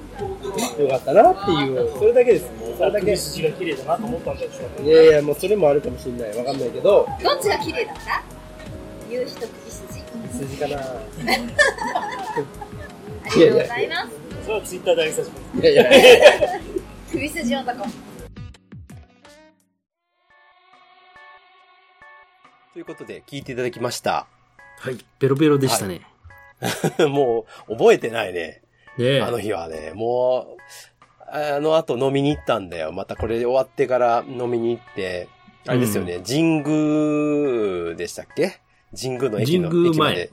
[SPEAKER 8] よかったなっていう、それだけです。もうそれだけ。
[SPEAKER 3] 首筋が綺麗だなと思ったんだでしょうね。
[SPEAKER 8] いやいや、もうそれもあるかもしれない。わかんないけど、
[SPEAKER 7] どっちが綺麗だった夕日と首筋
[SPEAKER 8] 数字か な。
[SPEAKER 7] ありがとうございます
[SPEAKER 3] それはツイッターで上げさせても
[SPEAKER 8] いやいや、
[SPEAKER 7] 首筋男
[SPEAKER 2] ということで、聞いていただき ました。
[SPEAKER 4] はい。ベロベロでしたね。
[SPEAKER 2] もう、覚えてないね。
[SPEAKER 4] ねえ
[SPEAKER 2] あの日はね、もう、あの後飲みに行ったんだよ。またこれ終わってから飲みに行って、あれですよね、神宮でしたっけ神宮の駅の
[SPEAKER 4] 神宮
[SPEAKER 2] 駅ま
[SPEAKER 4] 前
[SPEAKER 2] で。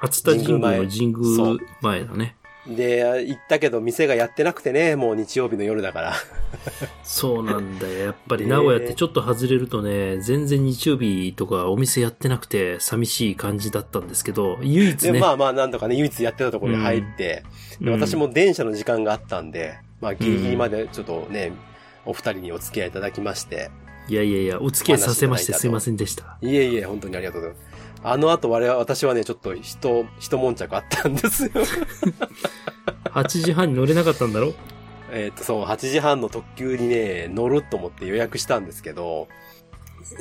[SPEAKER 4] 熱田神宮の神宮前だね。
[SPEAKER 2] で、行ったけど店がやってなくてね、もう日曜日の夜だから。
[SPEAKER 4] そうなんだ よ。やっぱり
[SPEAKER 2] ねえ
[SPEAKER 4] 名古屋ってちょっと外れるとね、全然日曜日とかお店やってなくて寂しい感じだったんですけど、唯一
[SPEAKER 2] で、
[SPEAKER 4] ね。
[SPEAKER 2] まあまあなんとかね、唯一やってたところに入って、で
[SPEAKER 4] うん
[SPEAKER 2] 私も電車の時間があったんで、まあギリギリまでちょっとね、お二人にお付き合いいただきまして、
[SPEAKER 4] いやいやいや、お付き合いさせましてすいませんでした。
[SPEAKER 2] いえいえ、本当にありがとうございます。あの後我々、私はね、ちょっと人、人悶着あったんですよ。
[SPEAKER 4] 8時半に乗れなかったんだろ
[SPEAKER 2] えっと、そう、8時半の特急にね、乗ると思って予約したんですけど、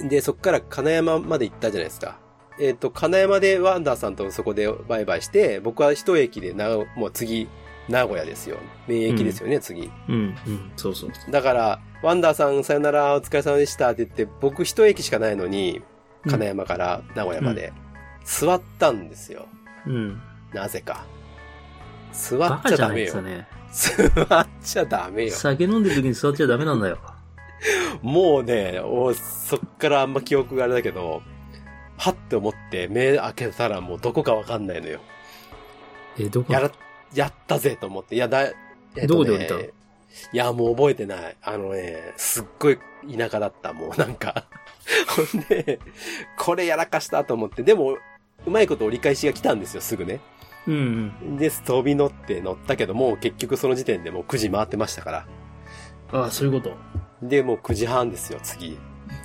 [SPEAKER 2] で、そっから金山まで行ったじゃないですか。えっ、と、金山でワンダーさんとそこでバイバイして、僕は一駅でな、もう次、名古屋ですよ。名駅ですよね、次。
[SPEAKER 4] うん、うん、そうそう。
[SPEAKER 2] だから、ワンダーさんさよなら、お疲れ様でしたって言って、僕一駅しかないのに、金山から名古屋まで、座ったんですよ。
[SPEAKER 4] うん。
[SPEAKER 2] なぜか。座
[SPEAKER 4] バ
[SPEAKER 2] っち
[SPEAKER 4] カ
[SPEAKER 2] ゃ
[SPEAKER 4] じ
[SPEAKER 2] ダ
[SPEAKER 4] ゃない
[SPEAKER 2] メ
[SPEAKER 4] ですか
[SPEAKER 2] よ。
[SPEAKER 4] ね。
[SPEAKER 2] 座っちゃダメよ。
[SPEAKER 4] 酒飲んでる時に座っちゃダメなんだよ。
[SPEAKER 2] もうね、おそっからあんま記憶があれだけど、はって思って目開けたらもうどこかわかんないのよ。
[SPEAKER 4] え、どこ
[SPEAKER 2] やら、やったぜと思って。いや、だ、えっとね
[SPEAKER 4] どこで降りたの
[SPEAKER 2] いや、もう覚えてない。あのね、すっごい田舎だった、もうなんか。ほんで、これやらかしたと思って。でも、うまいこと折り返しが来たんですよ、すぐね。
[SPEAKER 4] うん、うん。
[SPEAKER 2] で、飛び乗って乗ったけど、もう結局その時点でもう9時回ってましたから。
[SPEAKER 4] ああ、そういうこと。
[SPEAKER 2] で、もう9時半ですよ、次。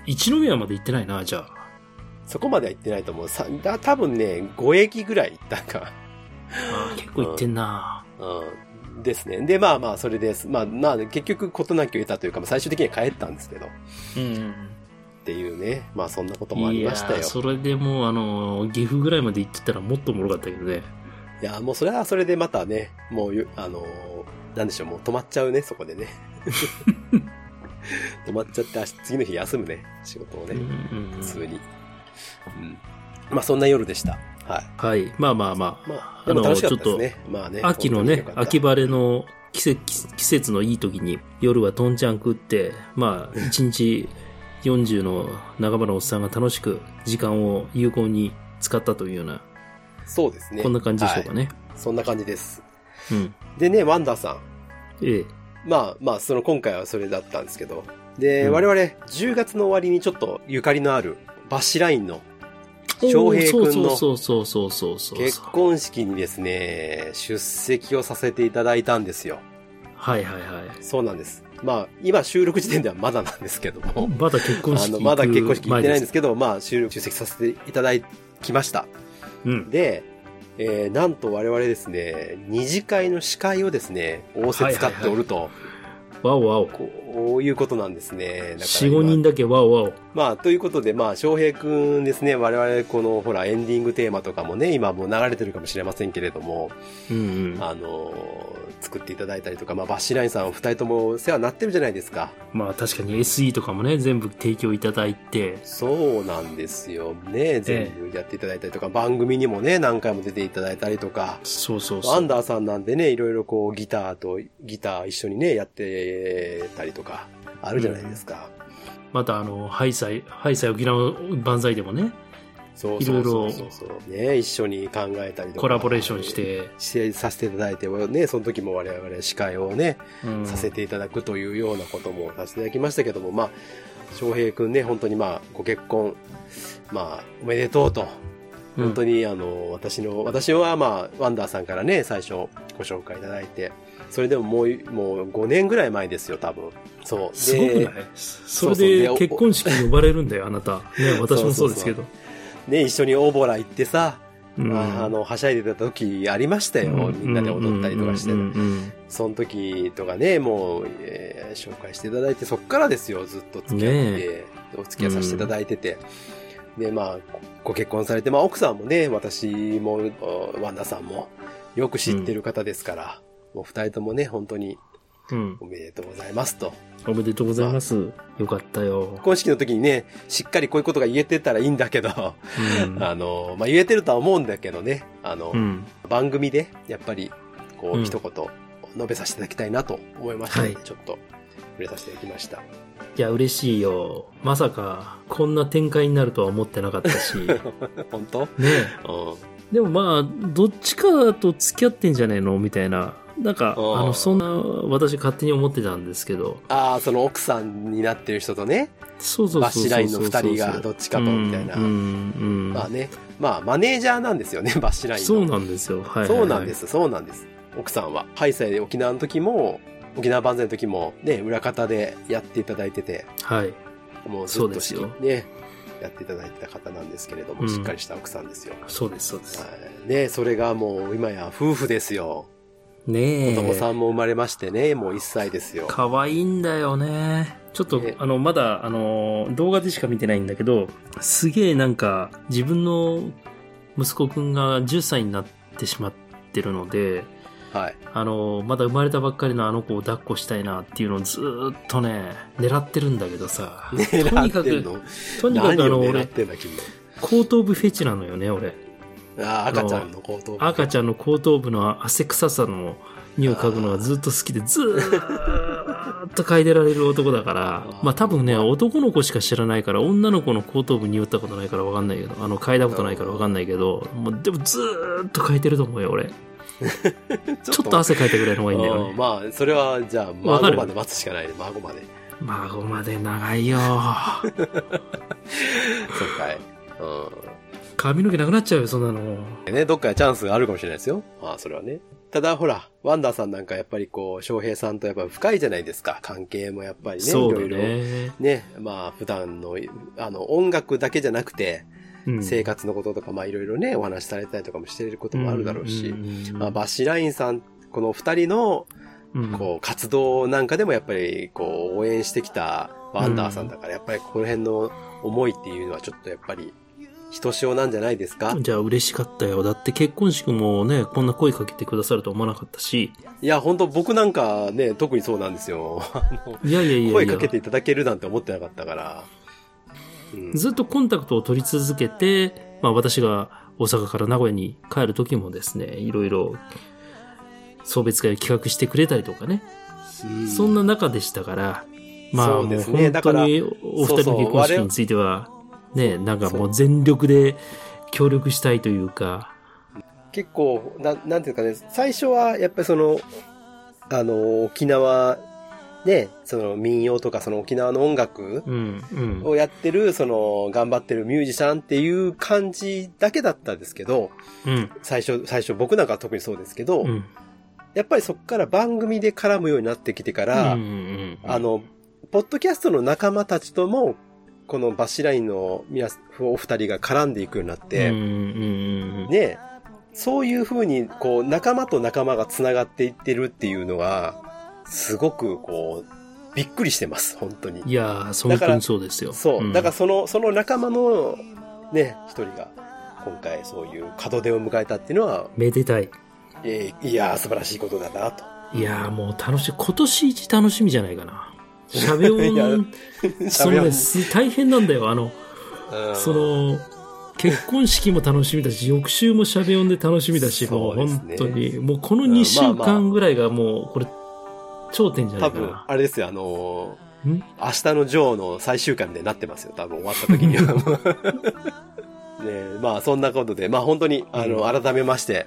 [SPEAKER 4] 一宮まで行ってないな、じゃあ。
[SPEAKER 2] そこまでは行ってないと思う。さだ多分ね、5駅ぐらい行ったか。
[SPEAKER 4] ああ、結構行ってんな。
[SPEAKER 2] うん。ですね。で、まあまあ、それです。まあまあ、結局事なきを得たというか、まあ最終的には帰ったんですけど、っ
[SPEAKER 4] うん。
[SPEAKER 2] ていうね。まあそんなこともありましたよ。
[SPEAKER 4] い
[SPEAKER 2] い
[SPEAKER 4] や
[SPEAKER 2] や
[SPEAKER 4] ーそれでもう、あのー、岐阜ぐらいまで行ってたらもっとおもろかったけどね。
[SPEAKER 2] もうそれはそれでまたね、もうよ、あのーなんでしょう、もう止まっちゃうね、そこでね。 止まっちゃって、明日次の日休むね、仕事を
[SPEAKER 4] うんう
[SPEAKER 2] ね、
[SPEAKER 4] んう
[SPEAKER 2] 普
[SPEAKER 4] ん
[SPEAKER 2] 通に。うん。まあそんな夜でした。はい。
[SPEAKER 4] はい。まあまあまあ。
[SPEAKER 2] まあ、でも楽しかったですね。まあね。
[SPEAKER 4] 秋の
[SPEAKER 2] 本当
[SPEAKER 4] ね
[SPEAKER 2] に良か、った
[SPEAKER 4] 秋晴れの季節季節のいい時に夜はとんちゃん食って、まあ、 一日40の仲間のおっさんが楽しく時間を有効に使ったというような、
[SPEAKER 2] そうですね。
[SPEAKER 4] こんな感じでしょうかね。
[SPEAKER 2] はいそんな感じです。
[SPEAKER 4] うん。
[SPEAKER 2] でね、ワンダーさん。
[SPEAKER 4] ええ。
[SPEAKER 2] まあまあ、その今回はそれだったんですけど。で、
[SPEAKER 4] うん
[SPEAKER 2] 我々、10月の終わりにちょっとゆかりのあるバッシュラインの翔平君の
[SPEAKER 4] そうそうそうそうそうそうそう。
[SPEAKER 2] 結婚式にですね、出席をさせていただいたんですよ。
[SPEAKER 4] はいはいはい。
[SPEAKER 2] そうなんです。まあ、今収録時点ではまだなんですけども、
[SPEAKER 4] まだ結婚
[SPEAKER 2] あ
[SPEAKER 4] 式
[SPEAKER 2] の、
[SPEAKER 4] 行く
[SPEAKER 2] まだ結婚式行ってないんです
[SPEAKER 4] け
[SPEAKER 2] けど、まあ、収録出席させていただきました。
[SPEAKER 4] ど。うん。
[SPEAKER 2] で、えーなんと我々ですね、二次会の司会をですね、仰せ使っておると、
[SPEAKER 4] わおわお。
[SPEAKER 2] こういうことなんですね。だから今
[SPEAKER 4] 4、5人だけわおわお。
[SPEAKER 2] まあ、ということで、まあ、翔平くんですね、我々この、ほら、エンディングテーマとかもね、今もう流れてるかもしれませんけれども、
[SPEAKER 4] うんうん。
[SPEAKER 2] あのー作っていただいたりとか、まあ、バッシーラインさんお二人とも世話になってるじゃないですか。
[SPEAKER 4] まあ確かに SE とかもね、全部提供いただいて、
[SPEAKER 2] そうなんですよね。全部やっていただいたりとか、番組にもね、何回も出ていただいたりとか、
[SPEAKER 4] そうそう
[SPEAKER 2] ア
[SPEAKER 4] そ
[SPEAKER 2] ン
[SPEAKER 4] う。
[SPEAKER 2] ダーさんなんでね、いろいろこう、ギターと、ギター一緒にね、やってたりとか、あるじゃないですか。
[SPEAKER 4] またあの、ハイサイ、ハイサイ沖縄万歳でもね、
[SPEAKER 2] そうそうそうそうそう。ね、一緒に考えたりとか。
[SPEAKER 4] コラボレーションし。て、
[SPEAKER 2] してさせていただいて、ね、その時も我々司会をね、
[SPEAKER 4] うん
[SPEAKER 2] させていただくというようなこともさせていただきましたけども、まあ、翔平くんね、本当にまあ、ご結婚、まあ、おめでとうと、
[SPEAKER 4] うん
[SPEAKER 2] 本当にあの、私の、私はまあ、ワンダーさんからね、最初ご紹介いただいて、それでももう、もう5年ぐらい前ですよ、多分。そう。です
[SPEAKER 4] ごくないそれで
[SPEAKER 2] そうそうで
[SPEAKER 4] 結婚式に呼ばれるんだよ、あなた。 ね、私もそうですけど。
[SPEAKER 2] ね、一緒にオーボラ行ってさ、
[SPEAKER 4] うん
[SPEAKER 2] あの、はしゃいでた時ありましたよ、みんなで踊ったりとかして。
[SPEAKER 4] うんうんうん
[SPEAKER 2] その時とかね、もう、えー紹介していただいて、そっからですよ、ずっと付き合って、
[SPEAKER 4] ね
[SPEAKER 2] お付き合いさせていただいてて。で、まあ、ご結婚されて、まあ、奥さんもね、私も、おワンダさんも、よく知ってる方ですから、もう二人ともね、本当に
[SPEAKER 4] うんうん
[SPEAKER 2] おめでとうございますと。
[SPEAKER 4] おめでとうございます。よかったよ
[SPEAKER 2] 結。婚式の時にね、しっかりこういうことが言えてたらいいんだけど、
[SPEAKER 4] うん
[SPEAKER 2] あの、まあ、言えてるとは思うんだけどね、あの、
[SPEAKER 4] うん。
[SPEAKER 2] 番組で、やっぱり、こ
[SPEAKER 4] う
[SPEAKER 2] う、
[SPEAKER 4] ん
[SPEAKER 2] 一言、述べさせていただきたいなと思いましたので、
[SPEAKER 4] はい
[SPEAKER 2] ちょっと、触れさせていただきました。
[SPEAKER 4] いや、嬉しいよ。まさか、こんな展開になるとは思ってなかった し。ね
[SPEAKER 2] 本当
[SPEAKER 4] え
[SPEAKER 2] うん。
[SPEAKER 4] でもまあ、どっちかと付き合ってんじゃねえのみたいな。なんか、あ
[SPEAKER 2] ああ
[SPEAKER 4] の、そんな、私勝手に思ってたんですけど。
[SPEAKER 2] ああ、その奥さんになってる人とね、
[SPEAKER 4] そうそうそうそうそう。
[SPEAKER 2] バッシュラインの二人がどっちかと、みたいな。
[SPEAKER 4] うん、うんうん
[SPEAKER 2] まあね、まあ、マネージャーなんですよね、 バッシュラインの。
[SPEAKER 4] そうなんですよ。はいはいはい、
[SPEAKER 2] そうなんで。す、そうなんです。奥さんは、ハイサイで沖縄の時も、沖縄万歳の時も、ね、裏方でやっていただいてて、
[SPEAKER 4] はい。
[SPEAKER 2] もうずっ
[SPEAKER 4] そう
[SPEAKER 2] と
[SPEAKER 4] で
[SPEAKER 2] し
[SPEAKER 4] すよ
[SPEAKER 2] ね、やっていただいてた方なんですけれども、
[SPEAKER 4] うん
[SPEAKER 2] しっかりした奥さんですよ。
[SPEAKER 4] そうです、そうです。
[SPEAKER 2] はいね、それがもう今や夫婦ですよ。
[SPEAKER 4] ねえ。
[SPEAKER 2] 子供さんも生まれましてね、もう1歳ですよ。
[SPEAKER 4] 可愛いんだよね。ちょっと
[SPEAKER 2] え、
[SPEAKER 4] あの、まだ、あの、動画でしか見てないんだけど、すげえなんか、自分の息子くんが10歳になってしまってるので、
[SPEAKER 2] はい。
[SPEAKER 4] あの、まだ生まれたばっかりのあの子を抱っこしたいなっていうのをずーっとね、狙ってるんだけどさ。とに
[SPEAKER 2] 狙
[SPEAKER 4] か
[SPEAKER 2] ってる
[SPEAKER 4] く、
[SPEAKER 2] の
[SPEAKER 4] とにか
[SPEAKER 2] 何
[SPEAKER 4] くあの、
[SPEAKER 2] を狙っ
[SPEAKER 4] 俺、
[SPEAKER 2] てんだ、君。
[SPEAKER 4] 後頭部フェチなのよね、俺。
[SPEAKER 2] ああ、赤ちゃんの後頭部。
[SPEAKER 4] 赤ちゃんの後頭部の汗臭さの匂い嗅ぐのがずっと好きで、ずーっと嗅いでられる男だから
[SPEAKER 2] あ、ー
[SPEAKER 4] まあ多分ね、男の子しか知らないから、女の子の後頭部匂ったことないからわかんないけど、あの、嗅いだことないからわかんないけど、もうでもずーっと嗅いでると思うよ、俺。ちょっと汗かいたぐらいの方がいいんだよ
[SPEAKER 2] うん
[SPEAKER 4] ね。
[SPEAKER 2] まあ、それは、じゃあ、
[SPEAKER 4] わか
[SPEAKER 2] 孫
[SPEAKER 4] る
[SPEAKER 2] まで待つしかないね、孫まで。
[SPEAKER 4] 孫まで長いよ。
[SPEAKER 2] そうかい。う
[SPEAKER 4] 髪の毛なくなっちゃうよ、そんなの。
[SPEAKER 2] ん。ね、どっかでチャンスがあるかもしれないですよ。まあ、それはね。ただ、ほら、ワンダーさんなんかやっぱりこう、翔平さんとやっぱ深いじゃないですか。関係もやっぱりね、
[SPEAKER 4] そうだ
[SPEAKER 2] いろいろ。
[SPEAKER 4] ね。
[SPEAKER 2] ね、まあ、普段の、あの、音楽だけじゃなくて、
[SPEAKER 4] うん
[SPEAKER 2] 生活のこととか、まあ、いろいろね、お話しされたりとかもしてることもあるだろうし、
[SPEAKER 4] んんうん
[SPEAKER 2] まあ、バッシュラインさん、この二人の、
[SPEAKER 4] うん
[SPEAKER 2] こう、活動なんかでもやっぱり、こう、応援してきたワンダーさんだから、やっぱりこの辺の思いっていうのはちょっとやっぱり、ひとしおなんじゃないですか
[SPEAKER 4] じゃあ嬉しかったよ。だって結婚式もね、こんな声かけてくださると思わなかったし。
[SPEAKER 2] いや、本当僕なんかね、特にそうなんですよ。あの
[SPEAKER 4] いやいやいやいや。
[SPEAKER 2] 声かけていただけるなんて思ってなかったから。うん
[SPEAKER 4] ずっとコンタクトを取り続けて、まあ私が大阪から名古屋に帰る時もですね、いろいろ送別会を企画してくれたりとかね。そんな中でしたから、まあ
[SPEAKER 2] そ
[SPEAKER 4] も
[SPEAKER 2] う
[SPEAKER 4] う
[SPEAKER 2] ですね
[SPEAKER 4] 本
[SPEAKER 2] だ
[SPEAKER 4] 当
[SPEAKER 2] から
[SPEAKER 4] にお二人の結婚式については、ね、なんかもう全力で協力したいというか、
[SPEAKER 2] 結構な、なんていうかね、最初はやっぱりその、あの、沖縄ね、その民謡とかその沖縄の音楽
[SPEAKER 4] うん、うん。
[SPEAKER 2] をやってる、その頑張ってるミュージシャンっていう感じだけだったんですけど、
[SPEAKER 4] うん。
[SPEAKER 2] 最初、最初僕なんかは特にそうですけど、
[SPEAKER 4] うん。
[SPEAKER 2] やっぱりそこから番組で絡むようになってきてから、
[SPEAKER 4] うんうん
[SPEAKER 2] あの、ポッドキャストの仲間たちとも、このバッシュラインの皆さん、お二人が絡んでいくようになっ
[SPEAKER 4] うん、うん
[SPEAKER 2] て、
[SPEAKER 4] うんうん。
[SPEAKER 2] ね、そういう風に、こう、仲間と仲間が繋がっていってるっていうのが、すごく、こう、びっくりしてます、本当に。
[SPEAKER 4] いやー、
[SPEAKER 2] だ
[SPEAKER 4] 本
[SPEAKER 2] か
[SPEAKER 4] 当
[SPEAKER 2] ら
[SPEAKER 4] にそうですよ。
[SPEAKER 2] そう。
[SPEAKER 4] ん
[SPEAKER 2] だからその、その仲間の、ね、一人が、今回そういう門出を迎えたっていうのは、
[SPEAKER 4] めでたい。
[SPEAKER 2] えーいやー、素晴らしいことだな、と。
[SPEAKER 4] いやー、もう楽しい。今年一楽しみじゃないかな。喋
[SPEAKER 2] いや
[SPEAKER 4] 音、そのね、す大変なんだよ。あの、
[SPEAKER 2] うん
[SPEAKER 4] その、結婚式も楽しみだし、翌週も喋音で楽しみだし、もう
[SPEAKER 2] そうです
[SPEAKER 4] 本
[SPEAKER 2] ね
[SPEAKER 4] 当に、もうこの
[SPEAKER 2] うんまあ
[SPEAKER 4] 2週間ぐらいがもう、これ、頂点じゃな
[SPEAKER 2] 多
[SPEAKER 4] いか
[SPEAKER 2] 分
[SPEAKER 4] な、。
[SPEAKER 2] あれですよ、あのー
[SPEAKER 4] ん
[SPEAKER 2] 明日のジョーの最終回みたいになってますよ、多分終わった時には。ねえまあそんなことで、まあ本当に、あの、改めまして、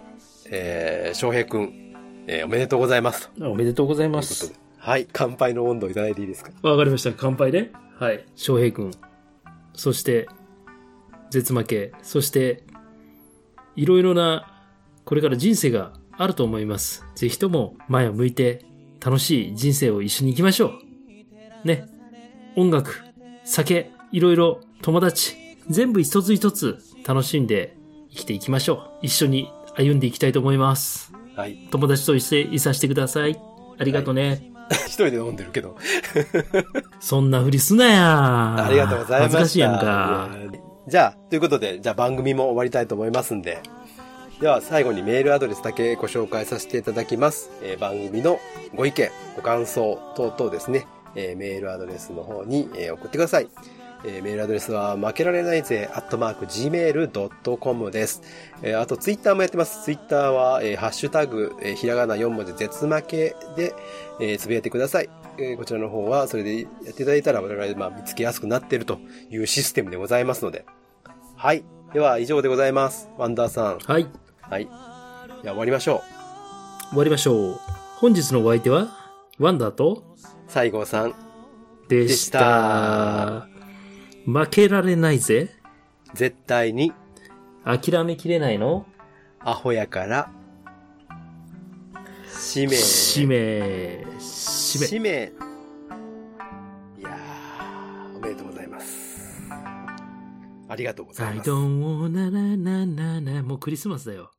[SPEAKER 2] えー、翔平くん、えーおめでとうございます。
[SPEAKER 4] おめでとうございま
[SPEAKER 2] というこ
[SPEAKER 4] す
[SPEAKER 2] と。ではい、乾杯の温度をいただいていいですか
[SPEAKER 4] わかりました。乾杯ね。はい。翔平くん。そして、絶負け。そして、いろいろな、これから人生があると思います。ぜひとも前を向いて、楽しい人生を一緒に行きましょう。ね。音楽、酒、いろいろ、友達、全部一つ一つ楽しんで生きていきましょう。一緒に歩んでいきたいと思います。
[SPEAKER 2] はい。
[SPEAKER 4] 友達と一緒にいさせてください。ありがとうね。
[SPEAKER 2] 一人で飲んでるけど。
[SPEAKER 4] そんなふりすなや。
[SPEAKER 2] ありがとうございました。
[SPEAKER 4] 恥ずかしいやんか。
[SPEAKER 2] いや。じゃあ、ということで、じゃあ番組も終わりたいと思いますんで。では、最後にメールアドレスだけご紹介させていただきます。えー番組のご意見、ご感想等々ですね、えーメールアドレスの方に、えー送ってください。えーメールアドレスは、負けられないぜ、アットマーク、gmail.com です。えーあと、ツイッターもやってます。ツイッターは、えーハッシュタグ、えーひらがな4文字、絶負けで、えーつぶやいてください。えーこちらの方は、それでやっていただいたら、我々、まあ、見つけやすくなっているというシステムでございますので。はい。では、以上でございます。ワンダーさん。
[SPEAKER 4] はい。
[SPEAKER 2] はい。じゃあ、終わりましょう。
[SPEAKER 4] 終わりましょう。本日のお相手は、ワンダーと、
[SPEAKER 2] 西郷さん、
[SPEAKER 4] でし
[SPEAKER 2] したた。
[SPEAKER 4] 負けられないぜ。
[SPEAKER 2] 絶対に、
[SPEAKER 4] 諦めきれないの
[SPEAKER 2] アホやから、使命。
[SPEAKER 4] 使命。使命。
[SPEAKER 2] 使命。いやー、おめでとうございます。ありがとうござい
[SPEAKER 4] I
[SPEAKER 2] ます。
[SPEAKER 4] don't wanna na na na na もうクリスマスだよ。